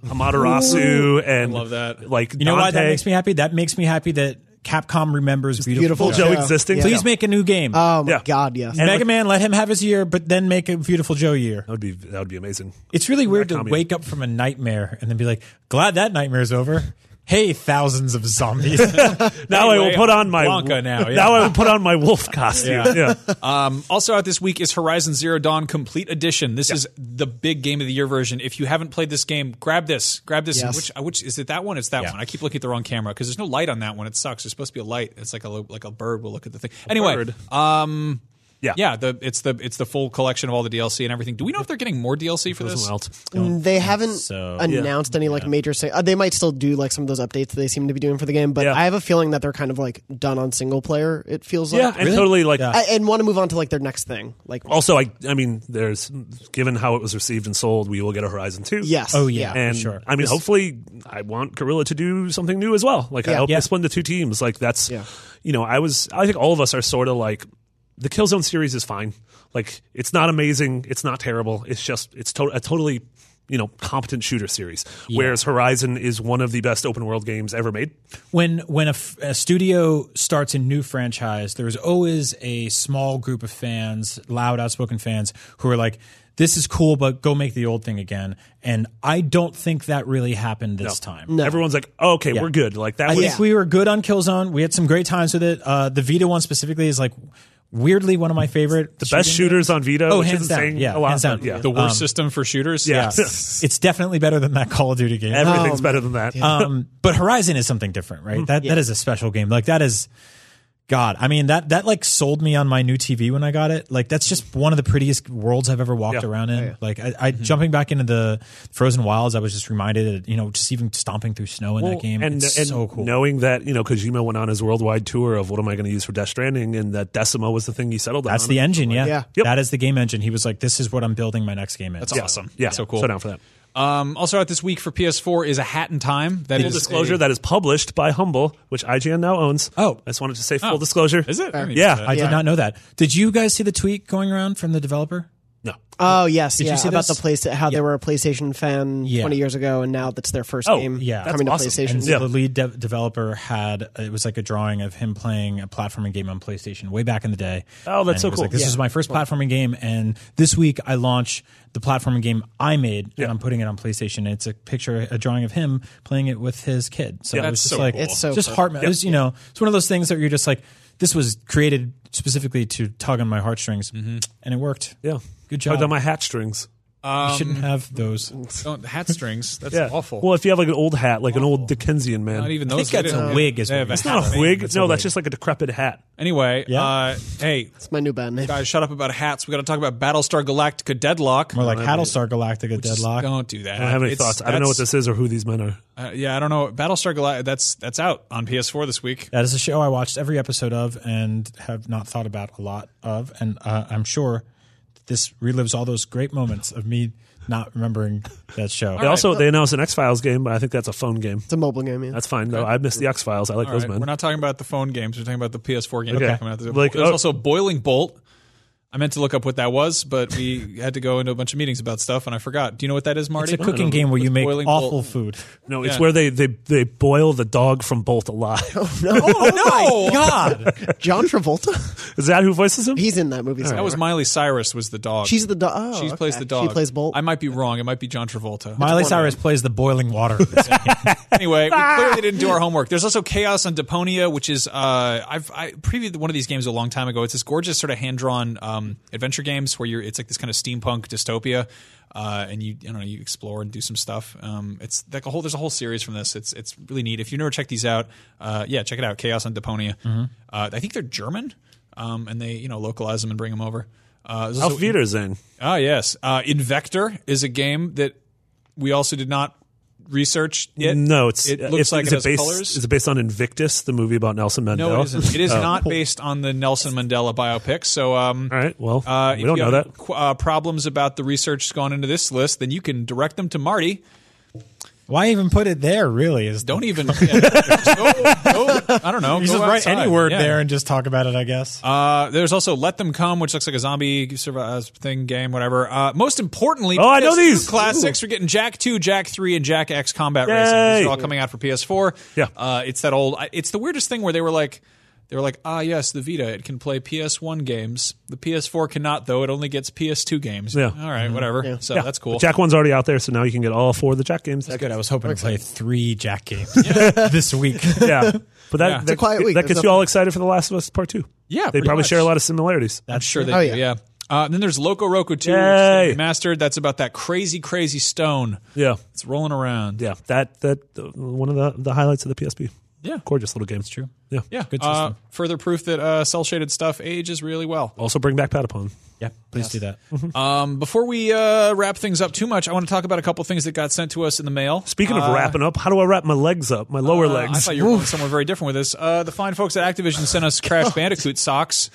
Speaker 5: Amaterasu and
Speaker 3: love that.
Speaker 5: Like
Speaker 6: you know why that
Speaker 5: Dante.
Speaker 6: makes me happy that makes me happy that capcom remembers beautiful,
Speaker 4: Beautiful
Speaker 6: joe
Speaker 5: Joe
Speaker 4: Yeah.
Speaker 5: existing.
Speaker 4: Yeah.
Speaker 6: please make a new game
Speaker 4: Oh my
Speaker 5: Yeah.
Speaker 4: god, yes.
Speaker 6: mega man let him have his year but then make a beautiful joe year
Speaker 5: That would be that would be amazing.
Speaker 6: It's really weird to
Speaker 5: commune.
Speaker 6: wake up from a nightmare and then be like, glad that nightmare's over. Hey, thousands of zombies. (laughs) now
Speaker 5: Now I will put on my
Speaker 6: Blanca now. Yeah.
Speaker 5: I will put on my wolf costume. yeah.
Speaker 3: Um, also out this week is Horizon Zero Dawn Complete Edition. This is the big game of the year version. If you haven't played this game, grab this. Grab this.
Speaker 4: Yes.
Speaker 3: Which, uh, which is it? That one? It's that one. I keep looking at the wrong camera because there's no light on that one. It sucks. There's supposed to be a light. It's like a lo- like a bird will look at the thing. anyway,
Speaker 5: bird.
Speaker 3: um,
Speaker 5: Yeah.
Speaker 3: uh, yeah. The it's the it's the full collection of all the DLC and everything. Do we know if they're getting more DLC for this?
Speaker 4: Mm, They haven't
Speaker 6: so-
Speaker 4: announced any like major. Sa- uh, they might still do like some of those updates that they seem to be doing for the game, but
Speaker 5: Yeah.
Speaker 4: I have a feeling that they're kind of like done on single player. It feels
Speaker 5: Yeah,
Speaker 4: like,
Speaker 5: and totally like.
Speaker 4: I, and want to move on to like their next thing. Like,
Speaker 5: Also, I I mean, there's given how it was received and sold, we will get a Horizon two.
Speaker 4: yes,
Speaker 6: Oh, yeah.
Speaker 5: And
Speaker 6: sure.
Speaker 5: I mean,
Speaker 6: This-
Speaker 5: hopefully, I want Gorilla to do something new as well. Like, I
Speaker 4: Yeah.
Speaker 5: hope
Speaker 6: Yeah.
Speaker 5: they split into two teams. Like, that's,
Speaker 4: Yeah.
Speaker 5: you know, I was, I think all of us are sort of like, the Killzone series is fine. Like, it's not amazing. It's not terrible. It's just, it's to- a totally, you know, competent shooter series. Whereas Horizon is one of the best open world games ever made.
Speaker 6: when when a, f- a studio starts a new franchise, there's always a small group of fans, loud, outspoken fans, who are like, "This is cool, but go make the old thing again." And I don't think that really happened this time.
Speaker 5: Everyone's like, oh, okay, we're good. Like, that
Speaker 6: I
Speaker 5: was,
Speaker 6: think we were good on Killzone. We had some great times with it. Uh, the Vita one specifically is like weirdly one of my favorite.
Speaker 5: the best shooters on Vita,
Speaker 6: Oh,
Speaker 5: which
Speaker 6: hands
Speaker 5: isn't
Speaker 6: down.
Speaker 5: saying
Speaker 6: Yeah,
Speaker 5: a lot.
Speaker 6: hands down.
Speaker 5: but Yeah.
Speaker 3: The worst system for shooters.
Speaker 5: (laughs) yeah.
Speaker 6: it's definitely better than that Call of Duty game.
Speaker 5: Everything's better than that.
Speaker 6: um, but Horizon is something different,
Speaker 5: Mm-hmm.
Speaker 6: right? That that is a special game. Like that is, God, I mean that that like sold me on my new TV when I got it. Like that's just one of the prettiest worlds I've ever walked
Speaker 5: Yeah. Mm-hmm.
Speaker 6: around in. Like I, I jumping back into the Frozen Wilds, I was just reminded, you know, just even stomping through snow in that game.
Speaker 5: Um, And,
Speaker 6: it's
Speaker 5: and
Speaker 6: so cool.
Speaker 5: knowing that, you know, Kojima went on his worldwide tour of what am I going to use for Death Stranding, and that Decima was the thing he settled
Speaker 6: that's
Speaker 5: on.
Speaker 6: the engine, yeah.
Speaker 4: Yeah.
Speaker 5: Yep.
Speaker 6: That is the game engine. He was like, "This is what I'm building my next game in." That's
Speaker 5: Yeah. Yeah.
Speaker 3: So cool.
Speaker 5: So down for that.
Speaker 3: Um, also out this week for PS4 is A Hat in Time. That is
Speaker 5: Full disclosure,
Speaker 3: a-
Speaker 5: that is published by Humble, which IGN now owns.
Speaker 6: Oh.
Speaker 5: I just wanted to say full
Speaker 3: Oh.
Speaker 5: disclosure.
Speaker 3: Is it? I didn't
Speaker 5: Yeah.
Speaker 3: see that.
Speaker 6: I
Speaker 4: Yeah.
Speaker 6: did not know that. Did you guys see the tweet going around from the developer?
Speaker 5: No.
Speaker 4: Oh yes,
Speaker 6: you
Speaker 4: yeah.
Speaker 6: see
Speaker 4: about
Speaker 6: this?
Speaker 4: the place how they were a PlayStation fan
Speaker 6: Yeah.
Speaker 4: twenty years ago, and now that's their first
Speaker 5: Oh,
Speaker 4: game
Speaker 6: yeah.
Speaker 4: coming
Speaker 5: That's
Speaker 4: to
Speaker 5: awesome.
Speaker 4: PlayStation.
Speaker 6: And
Speaker 5: Yeah.
Speaker 6: the lead dev developer had it was like a drawing of him playing a platforming game on PlayStation way back in the day.
Speaker 5: Oh, that's
Speaker 6: And
Speaker 5: so
Speaker 6: he was
Speaker 5: cool.
Speaker 6: Like, this is my first platforming game, and this week I launch the platforming game I made, and I'm putting it on PlayStation. It's a picture, a drawing of him playing it with his kid. So
Speaker 5: Yeah.
Speaker 6: it was
Speaker 3: That's
Speaker 6: just
Speaker 3: so
Speaker 6: like
Speaker 3: cool.
Speaker 4: It's so
Speaker 6: just
Speaker 4: cool.
Speaker 6: heart. It was you know it's one of those things that you're just like this was created specifically to tug on my heartstrings,
Speaker 5: Mm-hmm.
Speaker 6: and it worked.
Speaker 5: Yeah.
Speaker 6: Good job.
Speaker 5: Tugged on my hat strings.
Speaker 6: you shouldn't
Speaker 5: Um,
Speaker 6: have those.
Speaker 3: Don't hat strings. That's
Speaker 5: Yeah.
Speaker 3: awful.
Speaker 5: Well, if you have like an old hat, like an old Dickensian man.
Speaker 3: Not even
Speaker 6: I
Speaker 3: those.
Speaker 6: think that's
Speaker 3: they
Speaker 6: a
Speaker 3: didn't-
Speaker 6: wig. Is
Speaker 3: they have
Speaker 6: what
Speaker 3: a
Speaker 6: it's
Speaker 3: hat
Speaker 5: not a
Speaker 3: thing.
Speaker 5: wig. no,
Speaker 6: a
Speaker 5: that's
Speaker 6: wig.
Speaker 5: just like a decrepit hat.
Speaker 3: Anyway,
Speaker 6: Yeah.
Speaker 3: uh, hey
Speaker 4: It's my new band name.
Speaker 3: guys, shut up about hats. We got to talk about Battlestar Galactica Deadlock.
Speaker 6: More like Battlestar Galactica Deadlock.
Speaker 3: Don't do that.
Speaker 5: I don't have any
Speaker 3: It's-
Speaker 5: thoughts. I don't know what
Speaker 3: that's-
Speaker 5: this is or who these men are.
Speaker 3: Uh, yeah, I don't know. Battlestar Galactica. That's that's out on PS4 this week.
Speaker 6: That is a show I watched every episode of and have not thought about a lot of, and uh, I'm sure this relives all those great moments of me not remembering
Speaker 3: (laughs)
Speaker 6: that show.
Speaker 3: Oh,
Speaker 5: They also they announced an X Files game, but I think that's a phone game.
Speaker 4: It's a mobile game. Yeah. (laughs)
Speaker 5: That's fine though. I miss the X Files. I like
Speaker 3: All
Speaker 5: those
Speaker 3: right,
Speaker 5: men.
Speaker 3: We're not talking about the phone games. We're talking about the PS4 games
Speaker 5: Okay.
Speaker 3: coming out. There's,
Speaker 5: Like,
Speaker 3: there's
Speaker 5: oh.
Speaker 3: also Boiling Bolt. I meant to look up what that was, but we (laughs) had to go into a bunch of meetings about stuff, and I forgot. Do you know what that is,
Speaker 6: It's
Speaker 3: Marty?
Speaker 6: a cooking game where you
Speaker 3: It's
Speaker 6: make
Speaker 3: boiling
Speaker 6: awful
Speaker 3: bolt.
Speaker 6: food.
Speaker 5: no, it's
Speaker 3: yeah.
Speaker 5: where they, they they boil the dog from Bolt alive.
Speaker 6: (laughs)
Speaker 3: Oh no!
Speaker 6: God,
Speaker 4: John Travolta,
Speaker 5: Is that who voices him?
Speaker 4: he's in that movie.
Speaker 3: That was Miley Cyrus was the dog.
Speaker 4: She's the dog. Oh,
Speaker 3: she
Speaker 4: okay.
Speaker 3: plays the dog.
Speaker 4: She plays Bolt.
Speaker 3: I might be wrong. It might be John Travolta.
Speaker 6: (laughs) Miley Cyrus plays the
Speaker 3: (laughs)
Speaker 6: boiling water. in this game.
Speaker 3: anyway, we clearly didn't do our homework. There's also Chaos on Deponia, which is uh, I've I previewed one of these games a long time ago. It's this gorgeous sort of hand drawn um, adventure games where you're it's like this kind of steampunk dystopia, uh, and you I don't know you explore and do some stuff. Um, it's like a whole there's a whole series from this. It's it's really neat. If you never check these out, uh, yeah, check it out. Chaos on Deponia. Uh, I think they're German, um, and they you know localize them and bring them over. Uh, there's also-
Speaker 5: Alf Wiedersehen.
Speaker 3: Ah, yes. Uh, Invector is a game that we also did not research yet.
Speaker 5: No, it's uh,
Speaker 3: it looks
Speaker 5: it's-
Speaker 3: like
Speaker 5: is
Speaker 3: it has
Speaker 5: based,
Speaker 3: colors.
Speaker 5: Is it based on Invictus, the movie about Nelson Mandela?
Speaker 3: no, it isn't. It is
Speaker 5: Oh.
Speaker 3: not based on the Nelson Mandela biopic. So, um,
Speaker 5: (laughs) All right. Well,
Speaker 3: uh,
Speaker 5: we
Speaker 3: if
Speaker 5: don't
Speaker 3: you
Speaker 5: know
Speaker 3: have
Speaker 5: that.
Speaker 3: qu- uh, problems about the research that's gone into this list, then you can direct them to Marty.
Speaker 6: Why even put it there? Really, is
Speaker 3: Don't
Speaker 5: (laughs)
Speaker 3: even. yeah, go- go- I don't know.
Speaker 6: you
Speaker 3: go
Speaker 6: just write any
Speaker 3: outside.
Speaker 6: word
Speaker 3: Yeah.
Speaker 6: there and just talk about it? I guess.
Speaker 3: Uh, there's also Let Them Come, which looks like a zombie survive thing game, whatever. Uh, most importantly,
Speaker 5: Oh, I know
Speaker 3: PS2
Speaker 5: these.
Speaker 3: classics. We're getting Jack Two, Jack Three, and Jack X Combat Racing. These
Speaker 5: Yay.
Speaker 3: are all coming out for PS4.
Speaker 5: Yeah.
Speaker 3: uh, it's that old. I- It's the weirdest thing where they were like, they were like, ah, yes, the Vita. It can play PS1 games. The PS4 cannot, though. It only gets PS2 games. All
Speaker 5: Yeah.
Speaker 3: right,
Speaker 4: Mm-hmm.
Speaker 3: whatever. So that's cool.
Speaker 5: Jack one's already out there, so now you can get all four of the Jack games.
Speaker 6: Good. I was hoping to play three
Speaker 3: (laughs)
Speaker 6: Jack games (laughs) this week.
Speaker 5: (laughs) yeah, but that that,
Speaker 3: It's a
Speaker 4: quiet week.
Speaker 5: that
Speaker 4: There's
Speaker 5: gets you all excited for The Last of Us Part Two.
Speaker 3: Yeah,
Speaker 5: they
Speaker 3: pretty
Speaker 5: probably
Speaker 3: much.
Speaker 5: share a lot of similarities.
Speaker 3: I'm sure they
Speaker 4: Oh,
Speaker 3: do.
Speaker 4: yeah.
Speaker 3: Yeah. Uh, and then there's Loco Roco 2,
Speaker 5: Yay.
Speaker 3: which mastered. That's about that crazy, crazy stone.
Speaker 5: yeah,
Speaker 3: It's rolling around.
Speaker 5: yeah. That that uh, one of the the highlights of the PSP.
Speaker 3: Yeah.
Speaker 5: gorgeous little game. It's
Speaker 6: true.
Speaker 5: Yeah,
Speaker 3: Yeah.
Speaker 6: Good
Speaker 3: uh,
Speaker 6: system.
Speaker 3: further proof that uh, cell shaded stuff ages really well.
Speaker 5: Also, bring back Patapon.
Speaker 6: Yeah, please do that.
Speaker 3: Um, before we uh, wrap things up too much, I want to talk about a couple things that got sent to us in the mail.
Speaker 5: Speaking of wrapping up, how do I wrap my legs up? My lower
Speaker 3: Uh, I
Speaker 5: legs.
Speaker 3: thought you were going somewhere very different with this. Uh, the fine folks at Activision sent us
Speaker 6: (laughs) Oh.
Speaker 3: Crash Bandicoot socks.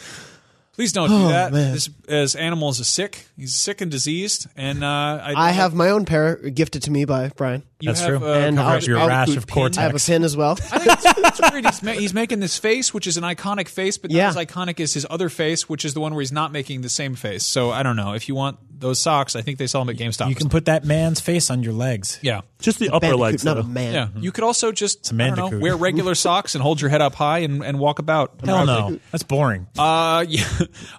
Speaker 3: Please don't do that. This, as animals are sick, he's sick and diseased, and uh, I,
Speaker 4: I have my own pair gifted to me by Brian.
Speaker 3: you
Speaker 6: That's
Speaker 3: have,
Speaker 6: true.
Speaker 3: Uh,
Speaker 4: And
Speaker 6: Cover
Speaker 4: I'll-
Speaker 6: up your
Speaker 4: I'll-
Speaker 6: rash
Speaker 3: Bandicoot
Speaker 6: of
Speaker 3: pin.
Speaker 6: cortex.
Speaker 4: I have a pin as well.
Speaker 3: I think it's, it's weird. He's, ma- he's making this face, which is an iconic face, but not
Speaker 4: Yeah.
Speaker 3: as iconic as his other face, which is the one where he's not making the same face. So I don't know. If you want those socks, I think they sell them at GameStop.
Speaker 6: you can put that man's face on your legs.
Speaker 3: yeah.
Speaker 5: Just the upper
Speaker 4: Bandicoot,
Speaker 5: legs.
Speaker 4: not a
Speaker 5: though.
Speaker 4: man.
Speaker 3: Yeah, you could also just I don't know,
Speaker 6: mandicoot.
Speaker 3: wear regular socks and hold your head up high and, and walk about.
Speaker 6: Hell no, that's boring.
Speaker 3: Uh, (laughs) yeah.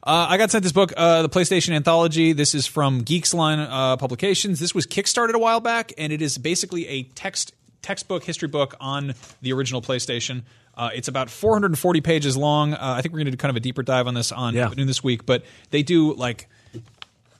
Speaker 3: uh, I got sent this book, uh, the PlayStation Anthology. This is from Geeksline uh, Publications. This was kickstarted a while back, and it is basically a text textbook history book on the original PlayStation. Uh, it's about 440 pages long. Uh, I think we're going to do kind of a deeper dive on this on
Speaker 5: Yeah.
Speaker 3: noon this week, but they do like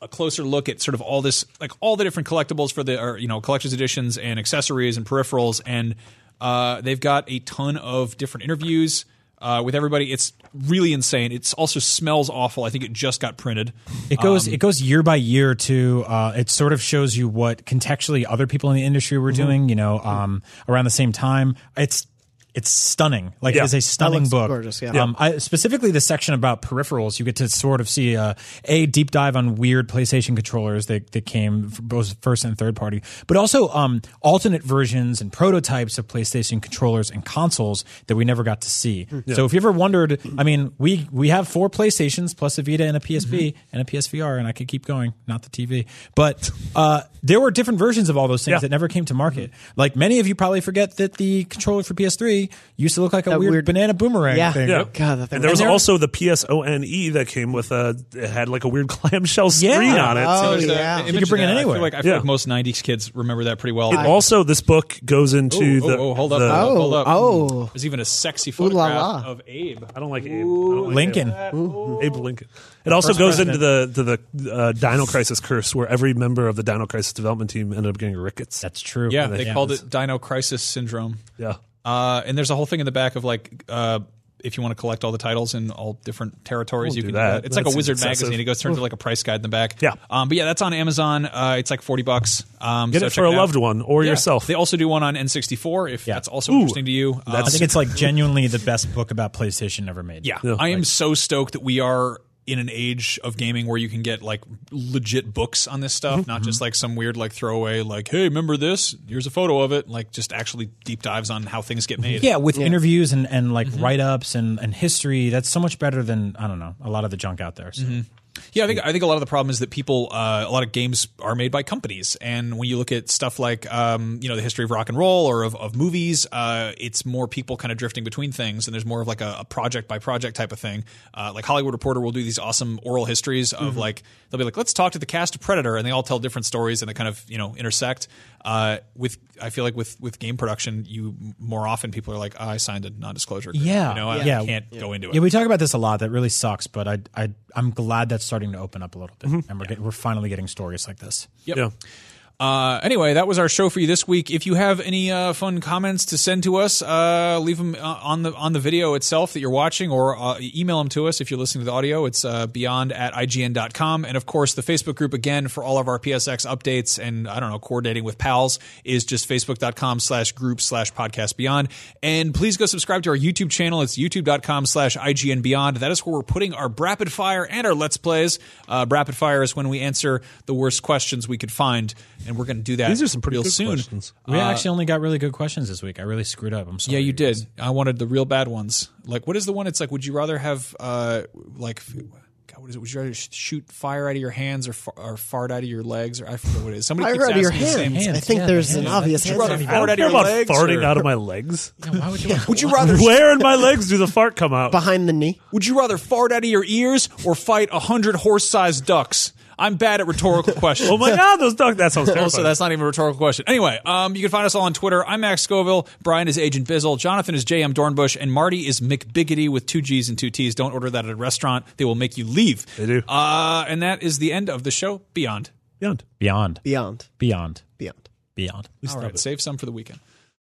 Speaker 3: a closer look at sort of all this, like all the different collectibles for the, or, you know, collector's editions and accessories and peripherals. And uh, they've got a ton of different interviews uh, with everybody. It's really insane. It also smells awful. I think it just got printed.
Speaker 6: It goes
Speaker 4: Um,
Speaker 6: it goes year by year too. Uh, it sort of shows you what contextually other people in the industry
Speaker 4: Mm-hmm.
Speaker 6: were doing. You know, um, around the same time. It's it's stunning. Like
Speaker 5: Yeah.
Speaker 6: it is a stunning
Speaker 4: looks
Speaker 6: book.
Speaker 4: gorgeous, yeah.
Speaker 6: Um, I, specifically, the section about peripherals. You get to sort of see uh, a deep dive on weird PlayStation controllers that that came from both first and third party, but also um, alternate versions and prototypes of PlayStation controllers and consoles that we never got to see.
Speaker 5: Hmm.
Speaker 6: So if you ever wondered, I mean, we we have four PlayStations plus a Vita and a PSP
Speaker 5: Mm-hmm.
Speaker 6: and a PSVR, and I could keep going, not the TV, but uh, there were different versions of all those things
Speaker 5: Yeah. Mm-hmm.
Speaker 6: that never came to market. Like many of you probably forget that the controller for PS3 used to look like a
Speaker 4: That
Speaker 6: weird,
Speaker 4: weird-
Speaker 6: banana boomerang
Speaker 4: Yeah.
Speaker 6: thing.
Speaker 5: Yeah.
Speaker 4: God, that thing
Speaker 5: and there was
Speaker 4: was-
Speaker 5: also the P S O N E that came with a it had like a weird (laughs) clamshell
Speaker 6: Yeah.
Speaker 5: screen on it.
Speaker 4: Oh,
Speaker 3: There's a-
Speaker 4: yeah.
Speaker 3: an
Speaker 4: You
Speaker 3: image
Speaker 6: can
Speaker 3: of
Speaker 6: bring it
Speaker 3: that. I
Speaker 6: anywhere.
Speaker 3: feel like, I feel
Speaker 5: Yeah.
Speaker 3: like most 90s kids remember that pretty well.
Speaker 5: It also, this book goes
Speaker 3: Oh,
Speaker 5: into
Speaker 3: oh,
Speaker 5: the.
Speaker 3: oh, hold up,
Speaker 5: the-
Speaker 3: hold up, hold up.
Speaker 4: Oh, oh.
Speaker 3: There's even a sexy
Speaker 4: la
Speaker 3: photograph
Speaker 4: la.
Speaker 3: of Abe.
Speaker 5: I don't like Abe. I don't like
Speaker 6: Lincoln.
Speaker 5: Abe. Abe Lincoln. It also goes into the to the uh, Dino Crisis curse, where every member of the Dino Crisis development team ended up getting rickets.
Speaker 6: That's true.
Speaker 3: Yeah, they called it Dino Crisis Syndrome.
Speaker 5: yeah,
Speaker 3: Uh, and there's a whole thing in the back of like uh, if you want to collect all the titles in all different territories, you
Speaker 5: do
Speaker 3: can do
Speaker 5: that.
Speaker 3: that. It's like
Speaker 5: That's
Speaker 3: a Wizard
Speaker 5: excessive.
Speaker 3: magazine. It goes turned into like a price guide in the back.
Speaker 5: Yeah.
Speaker 3: Um, but yeah, that's on Amazon. Uh, it's like forty bucks. Um,
Speaker 5: get
Speaker 3: so
Speaker 5: it
Speaker 3: check
Speaker 5: for a
Speaker 3: out.
Speaker 5: loved one or
Speaker 3: Yeah.
Speaker 5: yourself.
Speaker 3: They also do one on N64 if that's also
Speaker 5: Ooh.
Speaker 3: interesting to you. Um,
Speaker 6: I think it's like genuinely the best book about PlayStation ever made.
Speaker 3: yeah, I am so stoked that we are in an age of gaming where you can get like legit books on this stuff,
Speaker 5: Mm-hmm.
Speaker 3: not just like some weird like throwaway like, hey, remember this? Here's a photo of it. Like just actually deep dives on how things get made.
Speaker 6: Yeah, with interviews and, and like
Speaker 3: Mm-hmm.
Speaker 6: write ups and, and history, that's so much better than I don't know a lot of the junk out there. So.
Speaker 3: Mm-hmm. Yeah, I think I think a lot of the problem is that people, uh, a lot of games are made by companies, and when you look at stuff like um, you know the history of rock and roll or of, of movies, uh, it's more people kind of drifting between things, and there's more of like a, a project by project type of thing. Uh, like Hollywood Reporter will do these awesome oral histories of
Speaker 6: Mm-hmm.
Speaker 3: like they'll be like, let's talk to the cast of Predator, and they all tell different stories, and they kind of you know intersect. Uh, with I feel like with with game production, you more often people are like, I signed a non disclosure.
Speaker 6: Yeah.
Speaker 3: you know, I
Speaker 6: Yeah.
Speaker 3: can't go into it.
Speaker 6: Yeah, we talk about this a lot. That really sucks, but I I I'm glad that's starting to open up a little bit,
Speaker 3: Mm-hmm.
Speaker 6: and we're get, we're finally getting stories like this.
Speaker 3: Yep.
Speaker 5: Yeah.
Speaker 3: Uh, anyway, that was our show for you this week. If you have any uh, fun comments to send to us, uh, leave them uh, on the on the video itself that you're watching, or uh, email them to us if you're listening to the audio. It's uh, beyond at ign.com. And of course, the Facebook group again for all of our PSX updates and I don't know coordinating with pals is just facebook.com slash group slash podcast beyond. And please go subscribe to our YouTube channel. It's youtube.com slash ign beyond. That is where we're putting our rapid fire and our let's plays. Uh, rapid fire is when we answer the worst questions we could find, and we're going to do that.
Speaker 5: These are some pretty
Speaker 3: real
Speaker 5: good
Speaker 3: soon.
Speaker 5: questions.
Speaker 6: We actually only got really good questions this week. I really screwed up. I'm sorry.
Speaker 3: Uh, Yeah, you
Speaker 6: guys.
Speaker 3: did. I wanted the real bad ones. Like, what is the one? It's like, would you rather have uh, like, f- God, what is it? Would you rather sh- shoot fire out of your hands or fa- or fart out of your legs? Or I forget what it is. Somebody
Speaker 4: I
Speaker 3: keeps
Speaker 4: heard your
Speaker 3: asking the same-
Speaker 4: hands. I
Speaker 6: Hands,
Speaker 4: think
Speaker 6: yeah,
Speaker 4: there's
Speaker 6: the
Speaker 4: an
Speaker 6: hands.
Speaker 4: obvious
Speaker 3: Would you
Speaker 4: answer.
Speaker 3: rather
Speaker 5: I
Speaker 3: fart
Speaker 5: don't
Speaker 3: out of
Speaker 5: care
Speaker 3: your
Speaker 5: about
Speaker 3: legs?
Speaker 5: farting
Speaker 3: or-
Speaker 5: out of
Speaker 3: (laughs)
Speaker 5: my legs.
Speaker 6: Yeah, why would (laughs) you?
Speaker 3: Would you rather
Speaker 5: Where in my legs do the fart come out?
Speaker 4: Behind the knee.
Speaker 3: Would you rather fart out of your ears or fight a hundred horse-sized ducks? I'm bad at
Speaker 5: (laughs)
Speaker 3: rhetorical questions.
Speaker 5: Oh my god, those ducks! That sounds terrifying.
Speaker 3: Also, that's not even a rhetorical question. Anyway, um, you can find us all on Twitter. I'm Max Scoville. Brian is Agent Bizzle. Jonathan is JM Dornbush. And Marty is McBiggity with two G's and two T's. Don't order that at a restaurant. They will make you leave. They
Speaker 5: do.
Speaker 3: Uh, and that is the end of the show. Beyond.
Speaker 5: Beyond.
Speaker 6: Beyond,
Speaker 4: Beyond.
Speaker 6: beyond,
Speaker 4: Beyond.
Speaker 6: beyond.
Speaker 3: All right, save some for the weekend.